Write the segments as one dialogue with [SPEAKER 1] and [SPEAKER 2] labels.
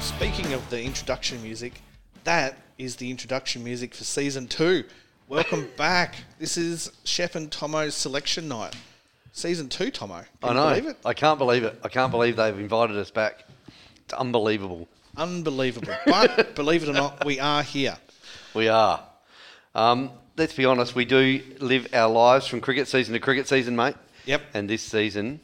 [SPEAKER 1] speaking of the introduction music, that is the introduction music for season two. Welcome back. This is Shep and Tomo's selection night. Season two, Tomo. Can
[SPEAKER 2] I
[SPEAKER 1] you
[SPEAKER 2] know.
[SPEAKER 1] Believe it?
[SPEAKER 2] I can't believe it. I can't believe they've invited us back. It's unbelievable.
[SPEAKER 1] Unbelievable. But believe it or not, we are here.
[SPEAKER 2] We are. Um, let's be honest. We do live our lives from cricket season to cricket season, mate.
[SPEAKER 1] Yep.
[SPEAKER 2] And this season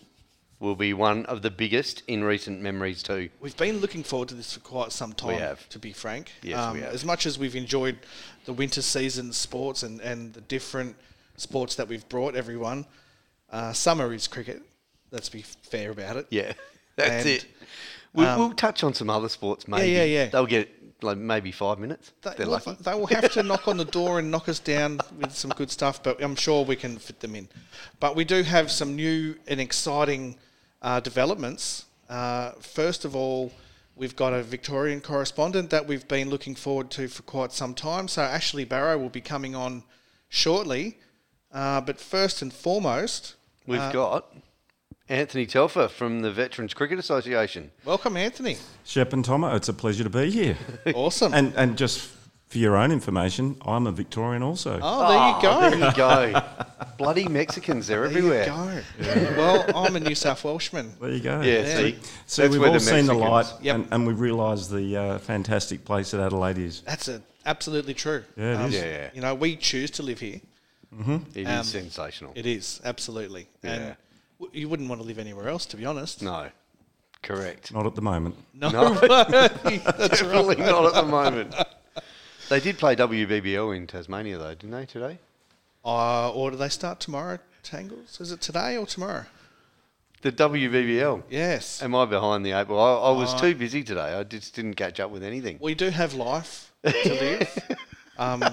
[SPEAKER 2] will be one of the biggest in recent memories too.
[SPEAKER 1] We've been looking forward to this for quite some time,
[SPEAKER 2] have.
[SPEAKER 1] to be frank. Um,
[SPEAKER 2] Yes, we have.
[SPEAKER 1] As much as we've enjoyed the winter season sports and, and the different sports that we've brought everyone, uh, summer is cricket. Let's be fair about it.
[SPEAKER 2] Yeah. That's
[SPEAKER 1] And, um,
[SPEAKER 2] it. We, we'll touch on some other sports, maybe.
[SPEAKER 1] yeah, yeah.
[SPEAKER 2] They'll get like maybe five minutes.
[SPEAKER 1] They,
[SPEAKER 2] They're
[SPEAKER 1] will,
[SPEAKER 2] lucky.
[SPEAKER 1] they will have to knock on the door and knock us down with some good stuff, but I'm sure we can fit them in. But we do have some new and exciting uh, developments. Uh, first of all, we've got a Victorian correspondent that we've been looking forward to for quite some time. So Ashley Barrow will be coming on shortly. Uh, but first and foremost,
[SPEAKER 2] We've
[SPEAKER 1] uh,
[SPEAKER 2] got Anthony Telfer from the Veterans Cricket Association.
[SPEAKER 1] welcome Anthony.
[SPEAKER 3] Shep and Tomo, it's a pleasure to be here.
[SPEAKER 1] Awesome.
[SPEAKER 3] and and just for your own information, I'm a Victorian also.
[SPEAKER 1] oh, there you go.
[SPEAKER 2] Ah, There you go. Bloody Mexicans, they're
[SPEAKER 1] There you
[SPEAKER 2] everywhere.
[SPEAKER 1] go. Well, I'm a New South Welshman.
[SPEAKER 3] There you go.
[SPEAKER 2] Yeah,
[SPEAKER 1] Yeah.
[SPEAKER 2] see,
[SPEAKER 3] So
[SPEAKER 2] that's
[SPEAKER 3] we've
[SPEAKER 2] where
[SPEAKER 3] all seen the
[SPEAKER 2] Mexicans-
[SPEAKER 3] light,
[SPEAKER 1] Yep.
[SPEAKER 3] and, and we realise the uh, fantastic place that Adelaide is.
[SPEAKER 1] That's a, absolutely true. Um,
[SPEAKER 3] Yeah, it is.
[SPEAKER 2] Yeah, yeah.
[SPEAKER 1] You know, we choose to live here.
[SPEAKER 2] It is
[SPEAKER 1] Um,
[SPEAKER 2] sensational.
[SPEAKER 1] It is absolutely,
[SPEAKER 2] Yeah.
[SPEAKER 1] and w- you wouldn't want to live anywhere else, to be honest.
[SPEAKER 2] no, correct.
[SPEAKER 3] Not at the moment.
[SPEAKER 1] No,
[SPEAKER 2] No.
[SPEAKER 1] that's right.
[SPEAKER 2] Definitely not at the moment. They did play WBBL in Tasmania though, didn't they today?
[SPEAKER 1] Uh, or do they start tomorrow? Tangles? Is it today or tomorrow?
[SPEAKER 2] The WBBL.
[SPEAKER 1] Yes.
[SPEAKER 2] Am I behind the eight ball? I, I was too busy today. I just didn't catch up with anything.
[SPEAKER 1] we do have life to live. um,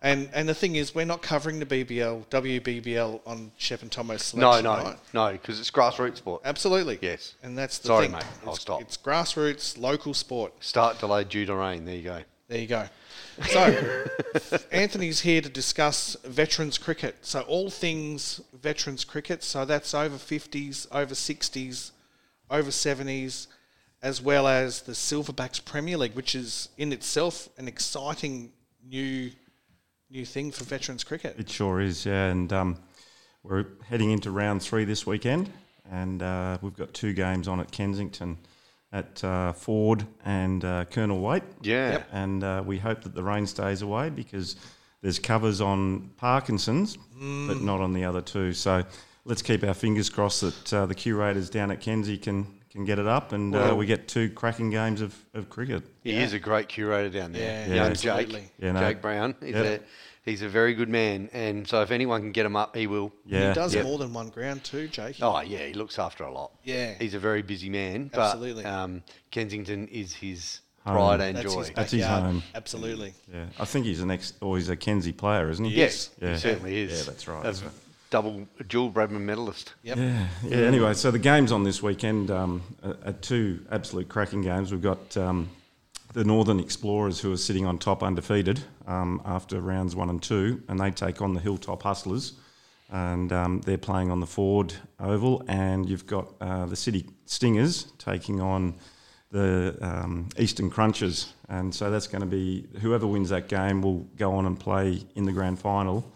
[SPEAKER 1] and and the thing is, we're not covering the BBL, WBBL on Shep and Tomo's
[SPEAKER 2] No,
[SPEAKER 1] selection.
[SPEAKER 2] no,
[SPEAKER 1] right?
[SPEAKER 2] no, because it's grassroots sport.
[SPEAKER 1] Absolutely.
[SPEAKER 2] Yes.
[SPEAKER 1] And that's the
[SPEAKER 2] Sorry,
[SPEAKER 1] thing.
[SPEAKER 2] mate, I'll
[SPEAKER 1] It's-
[SPEAKER 2] stop.
[SPEAKER 1] It's grassroots, local sport.
[SPEAKER 2] Start delayed due to rain. There you go.
[SPEAKER 1] There you go. So, Anthony's here to discuss veterans cricket. So, all things veterans cricket. So, that's over 50s, over 60s, over 70s, as well as the Silverbacks Premier League, which is in itself an exciting new new thing for veterans cricket.
[SPEAKER 3] It sure is, yeah. And um, we're heading into round three this weekend, and uh, we've got two games on at Kensington, at uh, Ford and uh, Colonel Waite.
[SPEAKER 2] Yeah. Yep.
[SPEAKER 3] And uh, we hope that the rain stays away because there's covers on Parkinson's, but not on the other two. So let's keep our fingers crossed that uh, the curators down at Kenzie can can get it up, and uh,
[SPEAKER 2] Well-
[SPEAKER 3] we get two cracking games of, of cricket.
[SPEAKER 2] He is a great curator down there.
[SPEAKER 1] Yeah,
[SPEAKER 2] Young
[SPEAKER 1] absolutely.
[SPEAKER 2] Jake,
[SPEAKER 3] Yeah, no.
[SPEAKER 2] Jake Brown. He's,
[SPEAKER 3] Yeah.
[SPEAKER 2] a, he's a very good man. And so if anyone can get him up, he will.
[SPEAKER 3] Yeah,
[SPEAKER 1] He does
[SPEAKER 2] Yep.
[SPEAKER 1] more than one ground, too, Jake.
[SPEAKER 2] Oh, yeah, he looks after a lot.
[SPEAKER 1] Yeah.
[SPEAKER 2] He's a very busy man.
[SPEAKER 1] Absolutely.
[SPEAKER 2] But, um, Kensington is his
[SPEAKER 3] Home.
[SPEAKER 2] pride and
[SPEAKER 1] that's
[SPEAKER 2] joy.
[SPEAKER 1] his
[SPEAKER 3] That's his
[SPEAKER 1] backyard.
[SPEAKER 3] home.
[SPEAKER 1] Absolutely.
[SPEAKER 3] Yeah, I think he's an ex, or he's a Kenzie player, isn't he?
[SPEAKER 2] yes,
[SPEAKER 3] Yeah.
[SPEAKER 2] he certainly is.
[SPEAKER 3] Yeah, that's right,
[SPEAKER 2] A
[SPEAKER 3] that's right.
[SPEAKER 2] Double dual Bradman medalist.
[SPEAKER 1] Yep.
[SPEAKER 3] Yeah. Anyway, so the games on this weekend um, are, are two absolute cracking games. We've got um, the Northern Explorers who are sitting on top undefeated um, after rounds one and two, and they take on the Hilltop Hustlers, and um, they're playing on the Ford Oval. And you've got uh, the City Stingers taking on the um, Eastern Crunchers, and so that's going to be whoever wins that game will go on and play in the grand final.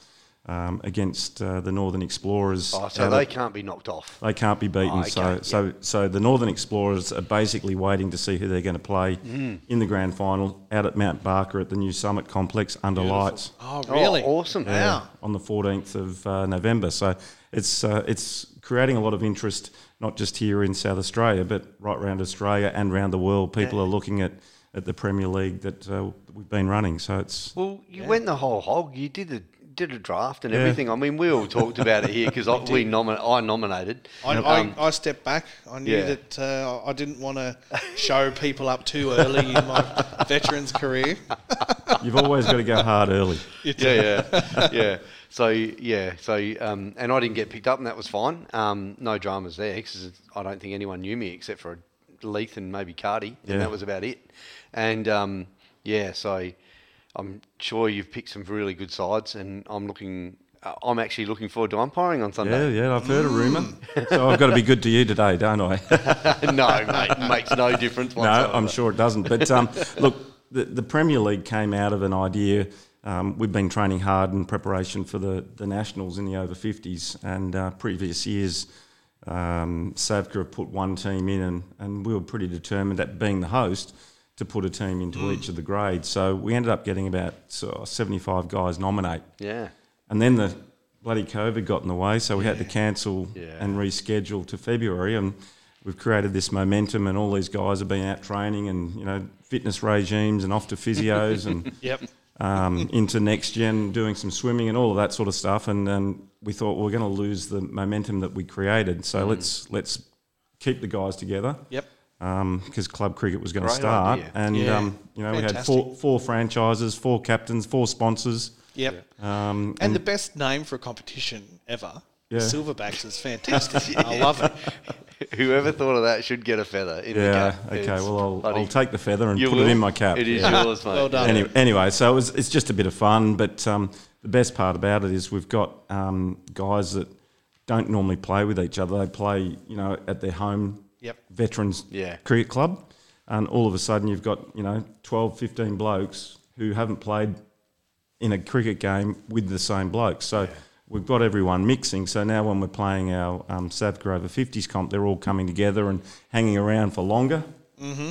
[SPEAKER 3] Um, against uh, the Northern Explorers.
[SPEAKER 2] Oh, so
[SPEAKER 3] out
[SPEAKER 2] they
[SPEAKER 3] at-
[SPEAKER 2] can't be knocked off.
[SPEAKER 3] they can't be beaten.
[SPEAKER 2] Oh, okay,
[SPEAKER 3] so,
[SPEAKER 2] yeah.
[SPEAKER 3] so, so the Northern Explorers are basically waiting to see who they're going to play
[SPEAKER 2] Mm.
[SPEAKER 3] in the grand final out at Mount Barker at the new Summit Complex under lights
[SPEAKER 1] Oh, really?
[SPEAKER 2] Oh, awesome.
[SPEAKER 1] Wow.
[SPEAKER 3] on the 14th of uh, November. So, it's uh, it's creating a lot of interest, not just here in South Australia, but right around Australia and around the world. People are looking at, at the Premier League that uh, we've been running. So it's
[SPEAKER 2] Well, you went the whole hog. You did a did a draft and everything. I mean, we all talked about it here because I, we nomi- I nominated.
[SPEAKER 1] I,
[SPEAKER 2] Um,
[SPEAKER 1] I, I stepped back. I knew
[SPEAKER 2] yeah.
[SPEAKER 1] that uh, I didn't want to show people up too early in my veterans career.
[SPEAKER 3] you've always got to go hard early.
[SPEAKER 2] yeah, yeah, yeah. So yeah, so um, and I didn't get picked up, and that was fine. Um, no dramas there because I don't think anyone knew me except for Leith and maybe Cardi,
[SPEAKER 3] Yeah.
[SPEAKER 2] and that was about it. And um, yeah, so I'm sure you've picked some really good sides, and I'm looking uh, I'm actually looking forward to umpiring on
[SPEAKER 3] Yeah,
[SPEAKER 2] Sunday.
[SPEAKER 3] yeah, I've
[SPEAKER 2] Mm.
[SPEAKER 3] heard a rumour. So I've got to be good to you today, don't I?
[SPEAKER 2] no, mate, makes no difference.
[SPEAKER 3] no,
[SPEAKER 2] whatsoever.
[SPEAKER 3] I'm sure it doesn't. But um, look, the, the Premier League came out of an idea. Um, we've been training hard in preparation for the, the Nationals in the over 50s, and uh, previous years, um, Savka have put one team in, and, and we were pretty determined at being the host to put a team into each of the grades. So we ended up getting about uh, 75 guys nominate.
[SPEAKER 2] Yeah,
[SPEAKER 3] And then the bloody COVID got in the way, so we had to cancel
[SPEAKER 2] Yeah.
[SPEAKER 3] and reschedule to February. And we've created this momentum, and all these guys have been out training and you know fitness regimes and off to physios and
[SPEAKER 1] Yep.
[SPEAKER 3] um, into next gen, doing some swimming and all of that sort of stuff. And, and we thought we're going to lose the momentum that we created,
[SPEAKER 2] Mm.
[SPEAKER 3] so let's let's keep the guys together
[SPEAKER 1] Yep.
[SPEAKER 3] because club cricket was going to
[SPEAKER 2] Great
[SPEAKER 3] start.
[SPEAKER 2] idea.
[SPEAKER 3] And
[SPEAKER 1] Yeah.
[SPEAKER 3] um, you know we had
[SPEAKER 1] Fantastic.
[SPEAKER 3] four four franchises, four captains, four sponsors.
[SPEAKER 1] Yep.
[SPEAKER 3] Um,
[SPEAKER 1] And the best name for a competition ever.
[SPEAKER 3] Yeah.
[SPEAKER 1] Silverbacks is fantastic. I love it.
[SPEAKER 2] whoever thought of that should get a feather. In The
[SPEAKER 3] Yeah.
[SPEAKER 2] cap.
[SPEAKER 3] Okay.
[SPEAKER 2] It's
[SPEAKER 3] Well, I'll,
[SPEAKER 2] bloody-
[SPEAKER 3] I'll take the feather and
[SPEAKER 2] You
[SPEAKER 3] put
[SPEAKER 2] will?
[SPEAKER 3] it in my cap.
[SPEAKER 2] It is
[SPEAKER 3] Yeah.
[SPEAKER 2] yours, mate.
[SPEAKER 1] Well done.
[SPEAKER 3] Anyway, anyway, so it was, it's just a bit of fun, but um, the best part about it is we've got um, guys that don't normally play with each other. They play, you know, at their home
[SPEAKER 1] Yep.
[SPEAKER 3] veterans
[SPEAKER 2] Yeah.
[SPEAKER 3] cricket club, and all of a sudden you've got you know 12, 15 blokes who haven't played in a cricket game with the same bloke. So we've got everyone mixing. So now when we're playing our um, Savca over 50s comp, they're all coming together and hanging around for longer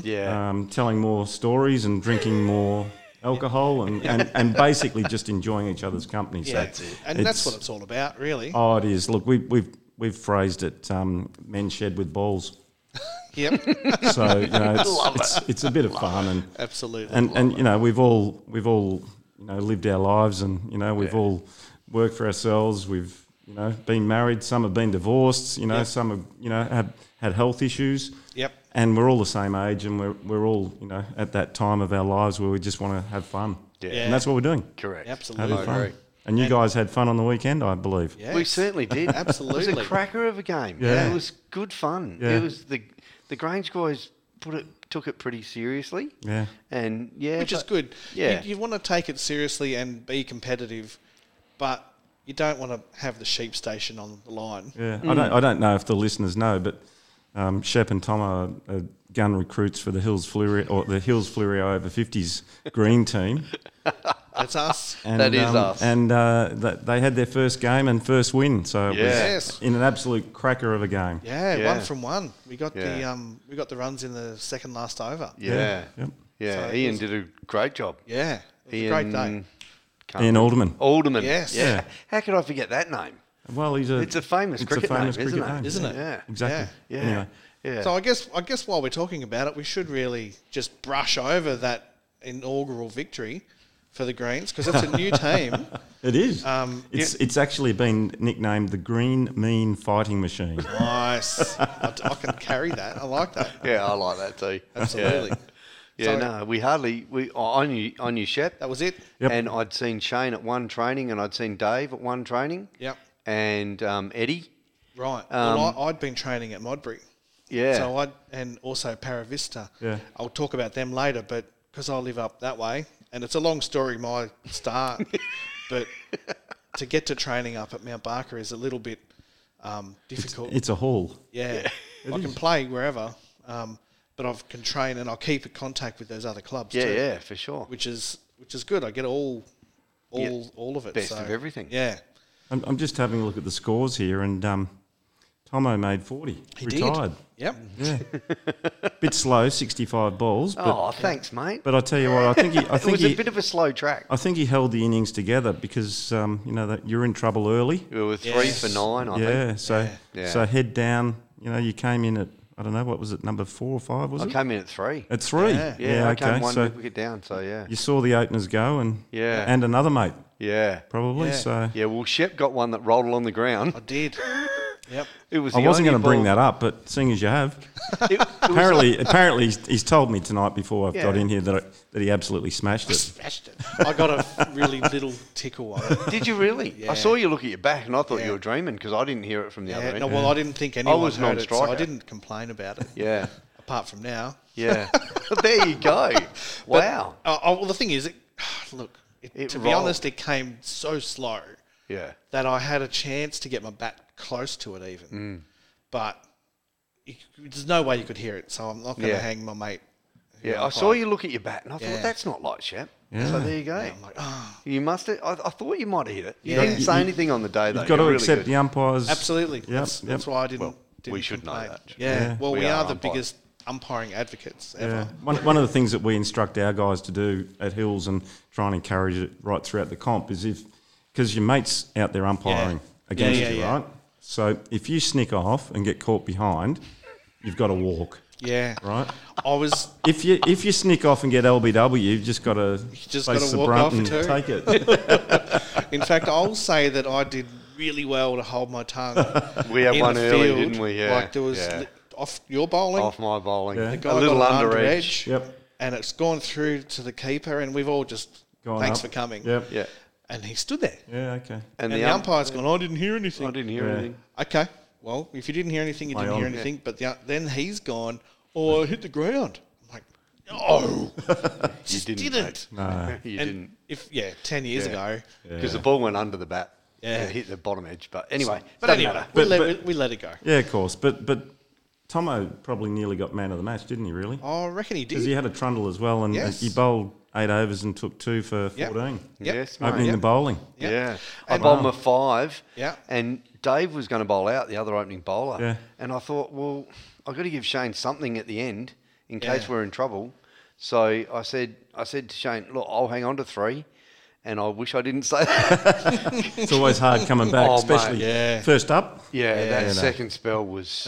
[SPEAKER 2] Yeah.
[SPEAKER 3] um, telling more stories and drinking more alcohol and, and, and basically just enjoying each other's company. so
[SPEAKER 1] Yeah. And that's what it's all about, really.
[SPEAKER 3] Oh, it is. Look, we, we've we've phrased it um, "men shed with balls."
[SPEAKER 1] Yep.
[SPEAKER 3] So you know, it's, it's, it's a bit of fun and
[SPEAKER 1] Absolutely.
[SPEAKER 3] and and you know we've all we've all you know lived our lives and you know we've
[SPEAKER 2] Yeah.
[SPEAKER 3] all worked for ourselves. We've you know been married. Some have been divorced. You know
[SPEAKER 1] Yeah.
[SPEAKER 3] some have you know have had health issues.
[SPEAKER 1] Yep.
[SPEAKER 3] And we're all the same age, and we're we're all you know at that time of our lives where we just want to have fun.
[SPEAKER 2] Yeah.
[SPEAKER 3] And that's what we're doing.
[SPEAKER 2] Correct.
[SPEAKER 1] Absolutely.
[SPEAKER 3] Having
[SPEAKER 2] I
[SPEAKER 3] fun.
[SPEAKER 2] agree.
[SPEAKER 3] And you guys had fun on the weekend, I believe.
[SPEAKER 1] Yeah.
[SPEAKER 2] We certainly did. It was
[SPEAKER 1] Absolutely.
[SPEAKER 2] a cracker of a game.
[SPEAKER 3] Yeah.
[SPEAKER 2] It was good fun.
[SPEAKER 3] Yeah.
[SPEAKER 2] It was the the Grange guys put it took it pretty seriously.
[SPEAKER 3] Yeah.
[SPEAKER 2] And yeah,
[SPEAKER 1] Which is
[SPEAKER 2] but-
[SPEAKER 1] good.
[SPEAKER 2] Yeah.
[SPEAKER 1] You, you want to take it seriously and be competitive, but you don't want to have the sheep station on the line.
[SPEAKER 3] Yeah, I don't. I don't know if the listeners know, but um, Shep and Tom are, are gun recruits for the Hills Flurio or the Hills Flurio over fifties green team.
[SPEAKER 1] That's us.
[SPEAKER 3] And,
[SPEAKER 2] That is us.
[SPEAKER 3] And uh, that they had their first game and first win, so it was
[SPEAKER 2] Yeah.
[SPEAKER 1] Yes.
[SPEAKER 3] in an absolute cracker of a game.
[SPEAKER 1] Yeah,
[SPEAKER 2] Yeah.
[SPEAKER 1] one from one. We got the
[SPEAKER 2] Yeah.
[SPEAKER 1] um, we got the runs in the second last over.
[SPEAKER 2] Yeah. Yeah.
[SPEAKER 3] Yep.
[SPEAKER 1] So it
[SPEAKER 2] Ian
[SPEAKER 1] was-
[SPEAKER 2] did a great job.
[SPEAKER 1] Yeah, it was
[SPEAKER 2] Ian
[SPEAKER 1] a great day.
[SPEAKER 2] can't-
[SPEAKER 3] Ian Alderman.
[SPEAKER 2] Alderman.
[SPEAKER 1] Yes.
[SPEAKER 2] Yeah.
[SPEAKER 3] Yeah.
[SPEAKER 2] How could I forget that name?
[SPEAKER 3] Well, he's a.
[SPEAKER 2] It's a famous
[SPEAKER 3] it's
[SPEAKER 2] cricket
[SPEAKER 3] famous
[SPEAKER 2] name,
[SPEAKER 3] cricket
[SPEAKER 2] isn't it?
[SPEAKER 1] Isn't it?
[SPEAKER 2] Yeah.
[SPEAKER 3] Exactly.
[SPEAKER 2] Yeah.
[SPEAKER 3] Anyway.
[SPEAKER 2] Yeah.
[SPEAKER 1] So I guess I guess while we're talking about it, we should really just brush over that inaugural victory for the Greens because it's a new team.
[SPEAKER 3] It is.
[SPEAKER 1] Um,
[SPEAKER 3] it's it's actually been nicknamed the Green Mean Fighting Machine.
[SPEAKER 1] Nice. I, I can carry that. I like that.
[SPEAKER 2] yeah, I like that too.
[SPEAKER 1] Absolutely.
[SPEAKER 2] Yeah,
[SPEAKER 1] So-
[SPEAKER 2] no, we hardly we I knew I knew Shep.
[SPEAKER 1] That was it.
[SPEAKER 3] Yep.
[SPEAKER 2] And I'd seen Shane at one training, and I'd seen Dave at one training.
[SPEAKER 1] Yep.
[SPEAKER 2] And um, Eddie.
[SPEAKER 1] Right.
[SPEAKER 2] Um,
[SPEAKER 1] well, I, I'd been training at Modbury.
[SPEAKER 2] Yeah.
[SPEAKER 1] So I and also Paravista.
[SPEAKER 3] Yeah.
[SPEAKER 1] I'll talk about them later, but because I live up that way, and it's a long story, my start, but to get to training up at Mount Barker is a little bit um, difficult.
[SPEAKER 3] it's a haul.
[SPEAKER 1] yeah. I can play wherever, um, but I can train and I'll keep in contact with those other clubs.
[SPEAKER 2] yeah,
[SPEAKER 1] too,
[SPEAKER 2] yeah, for sure.
[SPEAKER 1] Which is which is good. I get all, all,
[SPEAKER 2] Yeah.
[SPEAKER 1] all of it.
[SPEAKER 2] Best
[SPEAKER 1] so,
[SPEAKER 2] of everything.
[SPEAKER 1] Yeah.
[SPEAKER 3] I'm, I'm just having a look at the scores here, and um, Tomo made 40.
[SPEAKER 1] He did.
[SPEAKER 3] retired.
[SPEAKER 1] Yep.
[SPEAKER 3] Bit slow, 65 balls. But,
[SPEAKER 2] oh, thanks, mate.
[SPEAKER 3] but I tell you what, I think he, I
[SPEAKER 2] it
[SPEAKER 3] think
[SPEAKER 2] was
[SPEAKER 3] he,
[SPEAKER 2] a bit of a slow track.
[SPEAKER 3] I think he held the innings together because um, you know that you're in trouble early.
[SPEAKER 2] We were three for
[SPEAKER 1] Yes.
[SPEAKER 2] nine, I think.
[SPEAKER 3] yeah. So
[SPEAKER 2] Yeah.
[SPEAKER 3] so head down. You know, you came in at I don't know what was it number four or five was
[SPEAKER 2] I
[SPEAKER 3] it?
[SPEAKER 2] came in at three.
[SPEAKER 3] At three.
[SPEAKER 1] Yeah.
[SPEAKER 2] yeah, I came one
[SPEAKER 3] So
[SPEAKER 2] wicket down. So yeah,
[SPEAKER 3] you saw the openers go and
[SPEAKER 2] Yeah.
[SPEAKER 3] and another mate
[SPEAKER 2] yeah,
[SPEAKER 3] probably.
[SPEAKER 1] Yeah.
[SPEAKER 3] So
[SPEAKER 2] yeah. Well, Shep got one that rolled along the ground.
[SPEAKER 1] I did. Yep.
[SPEAKER 2] It was.
[SPEAKER 3] I
[SPEAKER 2] the
[SPEAKER 3] wasn't
[SPEAKER 2] only
[SPEAKER 3] going to bring
[SPEAKER 2] ball-
[SPEAKER 3] that up, but seeing as you have,
[SPEAKER 2] It- it was-
[SPEAKER 3] apparently, apparently he's, he's told me tonight before I've got
[SPEAKER 2] Yeah.
[SPEAKER 3] in here that I, that he absolutely smashed it.
[SPEAKER 1] Smashed it. I got a really little tickle on it.
[SPEAKER 2] Did you really? I saw you look at your back, and I thought
[SPEAKER 1] Yeah.
[SPEAKER 2] you were dreaming because I didn't hear it from the other
[SPEAKER 1] Yeah,
[SPEAKER 2] end.
[SPEAKER 1] no, well, I didn't think anyone
[SPEAKER 2] was
[SPEAKER 1] heard it, so I
[SPEAKER 2] non-striker.
[SPEAKER 1] didn't complain about it.
[SPEAKER 2] yeah,
[SPEAKER 1] Apart from now.
[SPEAKER 2] yeah. Well, there you go. Wow.
[SPEAKER 1] Uh, Oh, oh, well, the thing is, it, look, it,
[SPEAKER 2] It
[SPEAKER 1] to be
[SPEAKER 2] rolled.
[SPEAKER 1] honest, it came so slow.
[SPEAKER 2] Yeah.
[SPEAKER 1] that I had a chance to get my bat close to it
[SPEAKER 2] Mm.
[SPEAKER 1] even. But you, there's no way you could hear it, so I'm not going to
[SPEAKER 2] Yeah.
[SPEAKER 1] hang my mate. who
[SPEAKER 2] Yeah,
[SPEAKER 1] I'm
[SPEAKER 2] I saw
[SPEAKER 1] playing.
[SPEAKER 2] you look at your bat, and I
[SPEAKER 1] Yeah.
[SPEAKER 2] thought that's not light shap.
[SPEAKER 3] Yeah.
[SPEAKER 2] So there you go.
[SPEAKER 1] I'm like, oh,
[SPEAKER 2] you must. Have, I, I thought you might have hit it. You
[SPEAKER 1] Yeah.
[SPEAKER 2] didn't say anything on the day though.
[SPEAKER 3] You've got to
[SPEAKER 2] You're really
[SPEAKER 3] accept
[SPEAKER 2] good.
[SPEAKER 3] the umpires.
[SPEAKER 1] absolutely. that's,
[SPEAKER 3] yep.
[SPEAKER 1] that's why I didn't.
[SPEAKER 2] Well, we
[SPEAKER 1] didn't
[SPEAKER 2] should know
[SPEAKER 1] complain.
[SPEAKER 2] that.
[SPEAKER 1] Yeah.
[SPEAKER 3] Yeah.
[SPEAKER 1] Well, we,
[SPEAKER 2] We
[SPEAKER 1] are,
[SPEAKER 2] are
[SPEAKER 1] the
[SPEAKER 2] umpires.
[SPEAKER 1] biggest umpiring advocates ever.
[SPEAKER 3] Yeah. One, one of the things that we instruct our guys to do at Hills and try and encourage it right throughout the comp is if, because your mate's out there umpiring
[SPEAKER 1] Yeah.
[SPEAKER 3] against
[SPEAKER 1] Yeah, yeah,
[SPEAKER 3] you,
[SPEAKER 1] yeah.
[SPEAKER 3] right? So if you sneak off and get caught behind, you've got to walk,
[SPEAKER 1] Yeah.
[SPEAKER 3] right?
[SPEAKER 1] I was
[SPEAKER 3] If you if you sneak off and get LBW, you've just got to
[SPEAKER 1] just
[SPEAKER 3] face
[SPEAKER 1] gotta
[SPEAKER 3] the
[SPEAKER 1] walk
[SPEAKER 3] brunt
[SPEAKER 1] off
[SPEAKER 3] and
[SPEAKER 1] too.
[SPEAKER 3] take it.
[SPEAKER 1] In fact, I'll say that I did really well to hold my tongue.
[SPEAKER 2] We had
[SPEAKER 1] in
[SPEAKER 2] one
[SPEAKER 1] the
[SPEAKER 2] early,
[SPEAKER 1] field.
[SPEAKER 2] didn't we? Yeah.
[SPEAKER 1] Like there was
[SPEAKER 2] Yeah.
[SPEAKER 1] li- off your bowling,
[SPEAKER 2] off my bowling.
[SPEAKER 3] Yeah. The
[SPEAKER 1] guy
[SPEAKER 2] A little
[SPEAKER 1] got an
[SPEAKER 2] under edge.
[SPEAKER 3] Yep.
[SPEAKER 1] and it's gone through to the keeper, and we've all just
[SPEAKER 3] Gone
[SPEAKER 1] thanks
[SPEAKER 3] up.
[SPEAKER 1] for coming.
[SPEAKER 3] Yep.
[SPEAKER 2] Yeah.
[SPEAKER 1] And he stood there,
[SPEAKER 3] Yeah. Okay.
[SPEAKER 2] And,
[SPEAKER 1] and,
[SPEAKER 2] the,
[SPEAKER 1] the,
[SPEAKER 2] ump-
[SPEAKER 1] umpire's gone. I didn't hear
[SPEAKER 2] I
[SPEAKER 1] anything.
[SPEAKER 2] didn't hear
[SPEAKER 3] Yeah.
[SPEAKER 2] anything.
[SPEAKER 1] Okay, well, if you didn't hear anything, you
[SPEAKER 3] Play
[SPEAKER 1] didn't
[SPEAKER 3] on.
[SPEAKER 1] hear
[SPEAKER 3] Yeah.
[SPEAKER 1] anything. But the, then he's gone. Oh, I hit the ground. I'm like, oh,
[SPEAKER 2] You
[SPEAKER 1] just
[SPEAKER 2] didn't.
[SPEAKER 1] didn't.
[SPEAKER 2] mate.
[SPEAKER 3] No.
[SPEAKER 2] you
[SPEAKER 1] And
[SPEAKER 2] didn't.
[SPEAKER 1] if yeah, ten years
[SPEAKER 2] Yeah.
[SPEAKER 1] ago.
[SPEAKER 2] Because the ball went under the bat.
[SPEAKER 1] Yeah.
[SPEAKER 2] It hit the bottom edge. But anyway,
[SPEAKER 1] But
[SPEAKER 2] doesn't
[SPEAKER 1] anyway,
[SPEAKER 2] matter.
[SPEAKER 1] we,
[SPEAKER 3] But-
[SPEAKER 1] let,
[SPEAKER 3] but-
[SPEAKER 1] we, we let it go.
[SPEAKER 3] Yeah, of course. But but Tomo probably nearly got man of the match, didn't he? Really?
[SPEAKER 1] I reckon he did.
[SPEAKER 3] Because he had a trundle as well, and, and
[SPEAKER 1] Yes.
[SPEAKER 3] he bowled eight overs and took two for
[SPEAKER 1] Yep.
[SPEAKER 3] fourteen.
[SPEAKER 1] Yep.
[SPEAKER 2] Yes, mate.
[SPEAKER 3] Opening
[SPEAKER 1] Yep.
[SPEAKER 3] the bowling.
[SPEAKER 1] Yeah.
[SPEAKER 2] Yeah. I
[SPEAKER 1] And-
[SPEAKER 2] bowled my five.
[SPEAKER 1] Yeah.
[SPEAKER 2] And Dave was going to bowl out, the other opening bowler.
[SPEAKER 3] Yeah.
[SPEAKER 2] And I thought, well, I've got to give Shane something at the end in
[SPEAKER 1] Yeah.
[SPEAKER 2] case we're in trouble. So I said, I said to Shane, look, I'll hang on to three. And I wish I didn't say that.
[SPEAKER 3] It's always hard coming back,
[SPEAKER 2] Oh, mate,
[SPEAKER 3] especially
[SPEAKER 1] yeah.
[SPEAKER 3] first up.
[SPEAKER 2] Yeah, that
[SPEAKER 3] You know.
[SPEAKER 2] second spell was.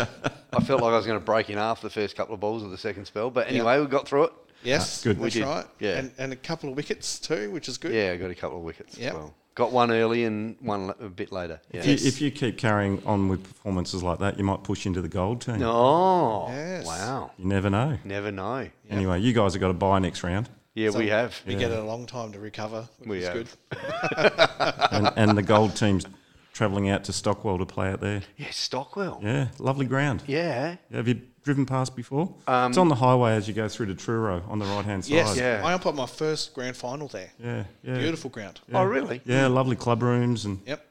[SPEAKER 2] I felt like I was going to break in after the first couple of balls of the second spell. But anyway, we got through it.
[SPEAKER 1] Yes,
[SPEAKER 3] good.
[SPEAKER 1] That's
[SPEAKER 2] We did,
[SPEAKER 1] right.
[SPEAKER 2] yeah.
[SPEAKER 1] and, and a couple of wickets too, which is good.
[SPEAKER 2] Yeah, I got a couple of wickets
[SPEAKER 1] Yep.
[SPEAKER 2] as well. Got one early and one l- a bit later. Yeah.
[SPEAKER 3] If, you, if you keep carrying on with performances like that, you might push into the gold team.
[SPEAKER 2] Oh,
[SPEAKER 1] Yes.
[SPEAKER 2] wow.
[SPEAKER 3] You never know.
[SPEAKER 2] Never know.
[SPEAKER 3] Anyway, you guys have got to buy next round,
[SPEAKER 2] Yeah, we have.
[SPEAKER 1] we get a long time to recover, which
[SPEAKER 2] We
[SPEAKER 1] is
[SPEAKER 2] have.
[SPEAKER 1] good.
[SPEAKER 3] and, and the gold team's travelling out to Stockwell to play out there.
[SPEAKER 2] Yeah, Stockwell.
[SPEAKER 3] Yeah, lovely ground.
[SPEAKER 2] Yeah.
[SPEAKER 3] Have you driven past before? it's on the highway as you go through to Truro on the right hand side.
[SPEAKER 1] Yes,
[SPEAKER 2] Um, Yeah.
[SPEAKER 1] I umpired my first grand final there.
[SPEAKER 3] yeah, yeah.
[SPEAKER 1] Beautiful ground.
[SPEAKER 3] Yeah.
[SPEAKER 2] Oh, really?
[SPEAKER 3] Yeah, lovely club rooms and
[SPEAKER 1] Yep,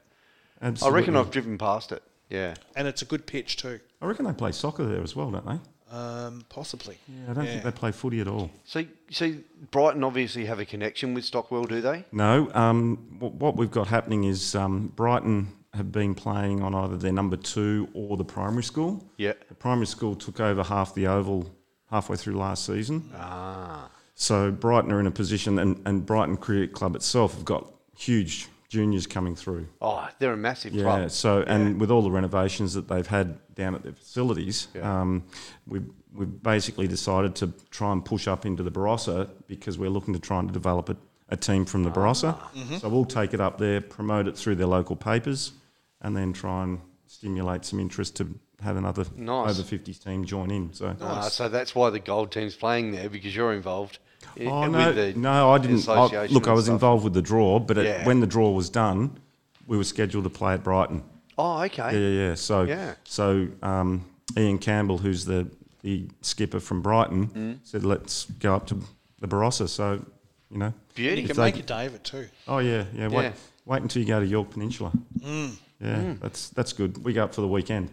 [SPEAKER 2] I
[SPEAKER 3] absolutely.
[SPEAKER 2] reckon I've driven past it. Yeah.
[SPEAKER 1] and it's a good pitch too.
[SPEAKER 3] I reckon they play soccer there as well, don't they?
[SPEAKER 1] Um, possibly.
[SPEAKER 3] Yeah, I don't think they play footy at all.
[SPEAKER 2] So, see, Brighton obviously have a connection with Stockwell, do they?
[SPEAKER 3] No, um, wh- what we've got happening is um, Brighton have been playing on either their number two or the primary school.
[SPEAKER 2] Yeah.
[SPEAKER 3] The primary school took over half the oval halfway through last season. Ah. So Brighton are in a position, and, and Brighton Cricket Club itself have got huge juniors coming through.
[SPEAKER 2] Oh, they're a massive
[SPEAKER 3] Yeah.
[SPEAKER 2] club.
[SPEAKER 3] So and with all the renovations that they've had down at their facilities,
[SPEAKER 2] Yeah.
[SPEAKER 3] um, we've we've basically decided to try and push up into the Barossa because we're looking to try and develop a, a team from the
[SPEAKER 2] Ah.
[SPEAKER 3] Barossa.
[SPEAKER 2] Mm-hmm.
[SPEAKER 3] So we'll take it up there, promote it through their local papers, and then try and stimulate some interest to have another
[SPEAKER 2] Nice.
[SPEAKER 3] over 50s team join in. So.
[SPEAKER 2] Ah, so that's why the gold team's playing there because you're involved. i-
[SPEAKER 3] Oh
[SPEAKER 2] with
[SPEAKER 3] no,
[SPEAKER 2] the
[SPEAKER 3] no, I didn't. I,
[SPEAKER 2] association
[SPEAKER 3] look, I
[SPEAKER 2] and
[SPEAKER 3] was
[SPEAKER 2] stuff.
[SPEAKER 3] involved with the draw, but it,
[SPEAKER 2] Yeah.
[SPEAKER 3] when the draw was done, we were scheduled to play at Brighton.
[SPEAKER 2] Oh, okay.
[SPEAKER 3] Yeah, yeah, yeah. So,
[SPEAKER 2] Yeah.
[SPEAKER 3] so um, Ian Campbell, who's the, the skipper from Brighton,
[SPEAKER 1] Mm.
[SPEAKER 3] said, let's go up to the Barossa. So, you know.
[SPEAKER 1] And you
[SPEAKER 2] Beauty.
[SPEAKER 1] can
[SPEAKER 3] they-
[SPEAKER 1] make a day of it too.
[SPEAKER 3] Oh, yeah, yeah. Wait,
[SPEAKER 2] Yeah.
[SPEAKER 3] wait until you go to York Peninsula.
[SPEAKER 1] Mm.
[SPEAKER 3] Yeah, that's that's good. We go up for the weekend.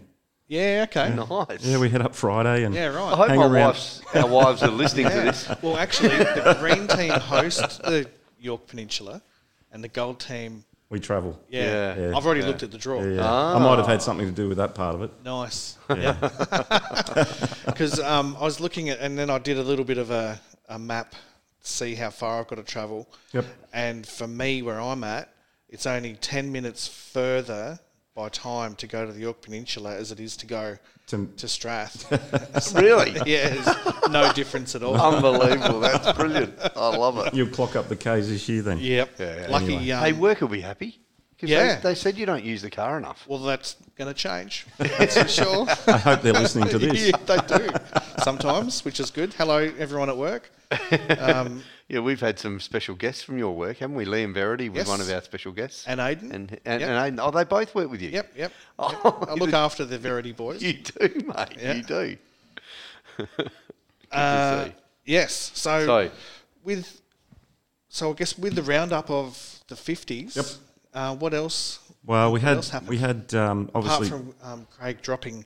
[SPEAKER 1] Yeah. Okay. Yeah.
[SPEAKER 2] Nice.
[SPEAKER 3] Yeah, we head up Friday and
[SPEAKER 1] Yeah,
[SPEAKER 2] I
[SPEAKER 1] right.
[SPEAKER 2] hope
[SPEAKER 3] hang
[SPEAKER 2] my
[SPEAKER 3] around.
[SPEAKER 2] wife's, our wives are listening to this.
[SPEAKER 1] Well, actually, the green team hosts the York Peninsula, and the gold team.
[SPEAKER 3] we travel.
[SPEAKER 1] Yeah.
[SPEAKER 2] Yeah.
[SPEAKER 1] I've already
[SPEAKER 2] Yeah.
[SPEAKER 1] looked at the draw.
[SPEAKER 3] Yeah, yeah. I might have had something to do with that part of it.
[SPEAKER 1] Nice. Yeah. Because um, I was looking at, and then I did a little bit of a, a map, see how far I've got to travel.
[SPEAKER 3] Yep.
[SPEAKER 1] And for me, where I'm at, it's only 10 minutes further by time to go to the York Peninsula as it is to go
[SPEAKER 3] To-
[SPEAKER 1] to, Strath. So,
[SPEAKER 2] Really?
[SPEAKER 1] yeah, there's no difference at all.
[SPEAKER 2] Um, Unbelievable. That's brilliant. I love it.
[SPEAKER 3] You'll clock up the K's this year then.
[SPEAKER 1] yep.
[SPEAKER 2] Yeah, yeah.
[SPEAKER 1] Lucky.
[SPEAKER 3] Anyway.
[SPEAKER 1] Um,
[SPEAKER 2] hey, work will be happy. 'Cause
[SPEAKER 1] Yeah.
[SPEAKER 2] They, they said you don't use the car enough.
[SPEAKER 1] well, that's going to change. That's for sure.
[SPEAKER 3] I hope they're listening to this.
[SPEAKER 1] yeah, they do sometimes, which is good. Hello, everyone at work. Um,
[SPEAKER 2] Yeah, we've had some special guests from your work, haven't we? Liam Verity was
[SPEAKER 1] Yes.
[SPEAKER 2] one of our special guests.
[SPEAKER 1] And Aidan.
[SPEAKER 2] And, and,
[SPEAKER 1] Yep.
[SPEAKER 2] and Aidan. Oh, they both work with you.
[SPEAKER 1] Yep, yep.
[SPEAKER 2] Oh,
[SPEAKER 1] I look after the Verity boys.
[SPEAKER 2] you do, mate.
[SPEAKER 1] Yeah.
[SPEAKER 2] You do.
[SPEAKER 1] Uh,
[SPEAKER 2] see.
[SPEAKER 1] yes. So,
[SPEAKER 2] So-
[SPEAKER 1] with so I guess with the roundup of the fifties,
[SPEAKER 3] Yep.
[SPEAKER 1] Uh, what else?
[SPEAKER 3] Well, we
[SPEAKER 1] What
[SPEAKER 3] had
[SPEAKER 1] else happened?
[SPEAKER 3] we had um,
[SPEAKER 1] Apart
[SPEAKER 3] obviously.
[SPEAKER 1] from um, Craig dropping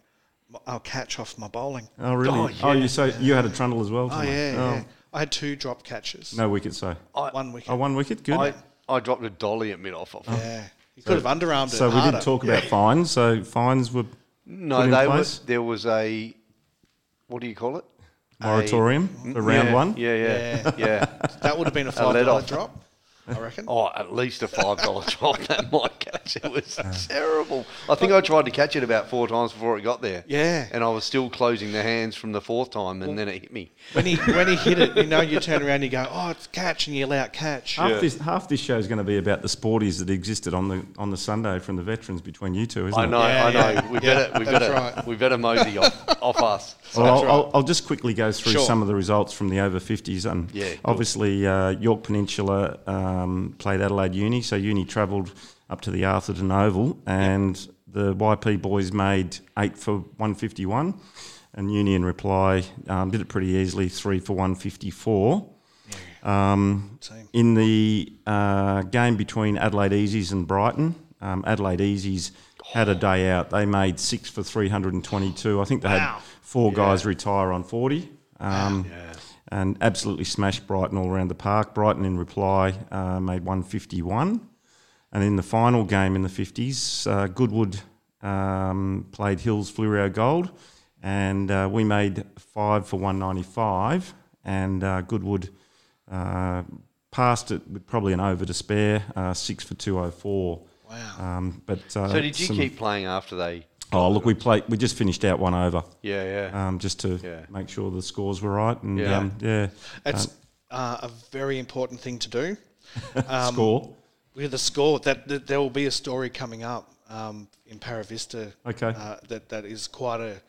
[SPEAKER 1] m- our catch off my bowling.
[SPEAKER 3] oh really?
[SPEAKER 2] Oh,
[SPEAKER 3] Oh,
[SPEAKER 2] yeah.
[SPEAKER 3] you so you had a trundle as well?
[SPEAKER 1] Oh
[SPEAKER 3] tonight?
[SPEAKER 1] yeah,
[SPEAKER 3] Oh.
[SPEAKER 1] yeah. I had two drop catches.
[SPEAKER 3] No wicket, so
[SPEAKER 2] I-
[SPEAKER 1] one wicket.
[SPEAKER 3] oh one wicket, good.
[SPEAKER 2] I, I dropped a dolly at mid off.
[SPEAKER 1] yeah, you could have underarmed it.
[SPEAKER 3] so we
[SPEAKER 1] harder.
[SPEAKER 3] did talk about fines. So fines were put
[SPEAKER 2] No,
[SPEAKER 3] in
[SPEAKER 2] they were,
[SPEAKER 3] place.
[SPEAKER 2] there was a, what do you call it? A-
[SPEAKER 3] moratorium for round
[SPEAKER 2] yeah,
[SPEAKER 3] one.
[SPEAKER 2] Yeah, yeah, yeah.
[SPEAKER 1] That would have been a
[SPEAKER 2] let
[SPEAKER 1] five dollar
[SPEAKER 2] off.
[SPEAKER 1] drop, I reckon.
[SPEAKER 2] Oh, at least a five dollar drop that might catch. It was terrible. I think I tried to catch it about four times before it got there.
[SPEAKER 1] Yeah.
[SPEAKER 2] and I was still closing the hands from the fourth time, and then it hit me.
[SPEAKER 1] When he when he hit it, you know, you turn around, and you go, oh, it's catch, and you allow it catch.
[SPEAKER 3] Half
[SPEAKER 2] Yeah.
[SPEAKER 3] this half this show is going to be about the sporties that existed on the on the Sunday from the veterans between you two, isn't
[SPEAKER 2] I
[SPEAKER 3] it?
[SPEAKER 2] know,
[SPEAKER 1] Yeah,
[SPEAKER 2] I know.
[SPEAKER 1] yeah. Yeah,
[SPEAKER 2] We better, we
[SPEAKER 1] that's
[SPEAKER 2] better,
[SPEAKER 1] right.
[SPEAKER 2] we better mosey off, off us. So,
[SPEAKER 3] Well, I'll, I'll, I'll just quickly go through
[SPEAKER 1] Sure.
[SPEAKER 3] some of the results from the over 50s. Um,
[SPEAKER 2] Yeah, cool.
[SPEAKER 3] Obviously, uh, York Peninsula um, played Adelaide Uni, so Uni travelled up to the Atherton Oval, and the YP boys made eight for 151, and Uni in reply um, did it pretty easily, three for 154.
[SPEAKER 1] Team.
[SPEAKER 3] In the uh, game between Adelaide Easies and Brighton, um, Adelaide Easies had a day out. They made six for 322. I think they
[SPEAKER 1] Wow.
[SPEAKER 3] had four guys retire on 40. Um,
[SPEAKER 2] Yeah.
[SPEAKER 3] And absolutely smashed Brighton all around the park. Brighton, in reply, uh, made 151. And in the final game in the 50s, uh, Goodwood um, played Hills Fluoro Gold, and uh, we made five for 195. And uh, Goodwood uh, passed it with probably an over to spare, uh, six for 204.
[SPEAKER 1] Wow.
[SPEAKER 3] Um, but uh,
[SPEAKER 2] so did you
[SPEAKER 3] some-
[SPEAKER 2] keep playing after they?
[SPEAKER 3] Oh, look, we played. We just finished out one over,
[SPEAKER 2] Yeah, yeah.
[SPEAKER 1] Uh,
[SPEAKER 3] um, just to
[SPEAKER 2] Yeah.
[SPEAKER 3] make sure the scores were right. And
[SPEAKER 2] Yeah.
[SPEAKER 3] yeah, um, yeah
[SPEAKER 1] It's uh, a very important thing to do. Um,
[SPEAKER 3] score.
[SPEAKER 1] with the score, that, that there will be a story coming up um, in Para Vista.
[SPEAKER 3] Okay.
[SPEAKER 1] Uh, that that is quite a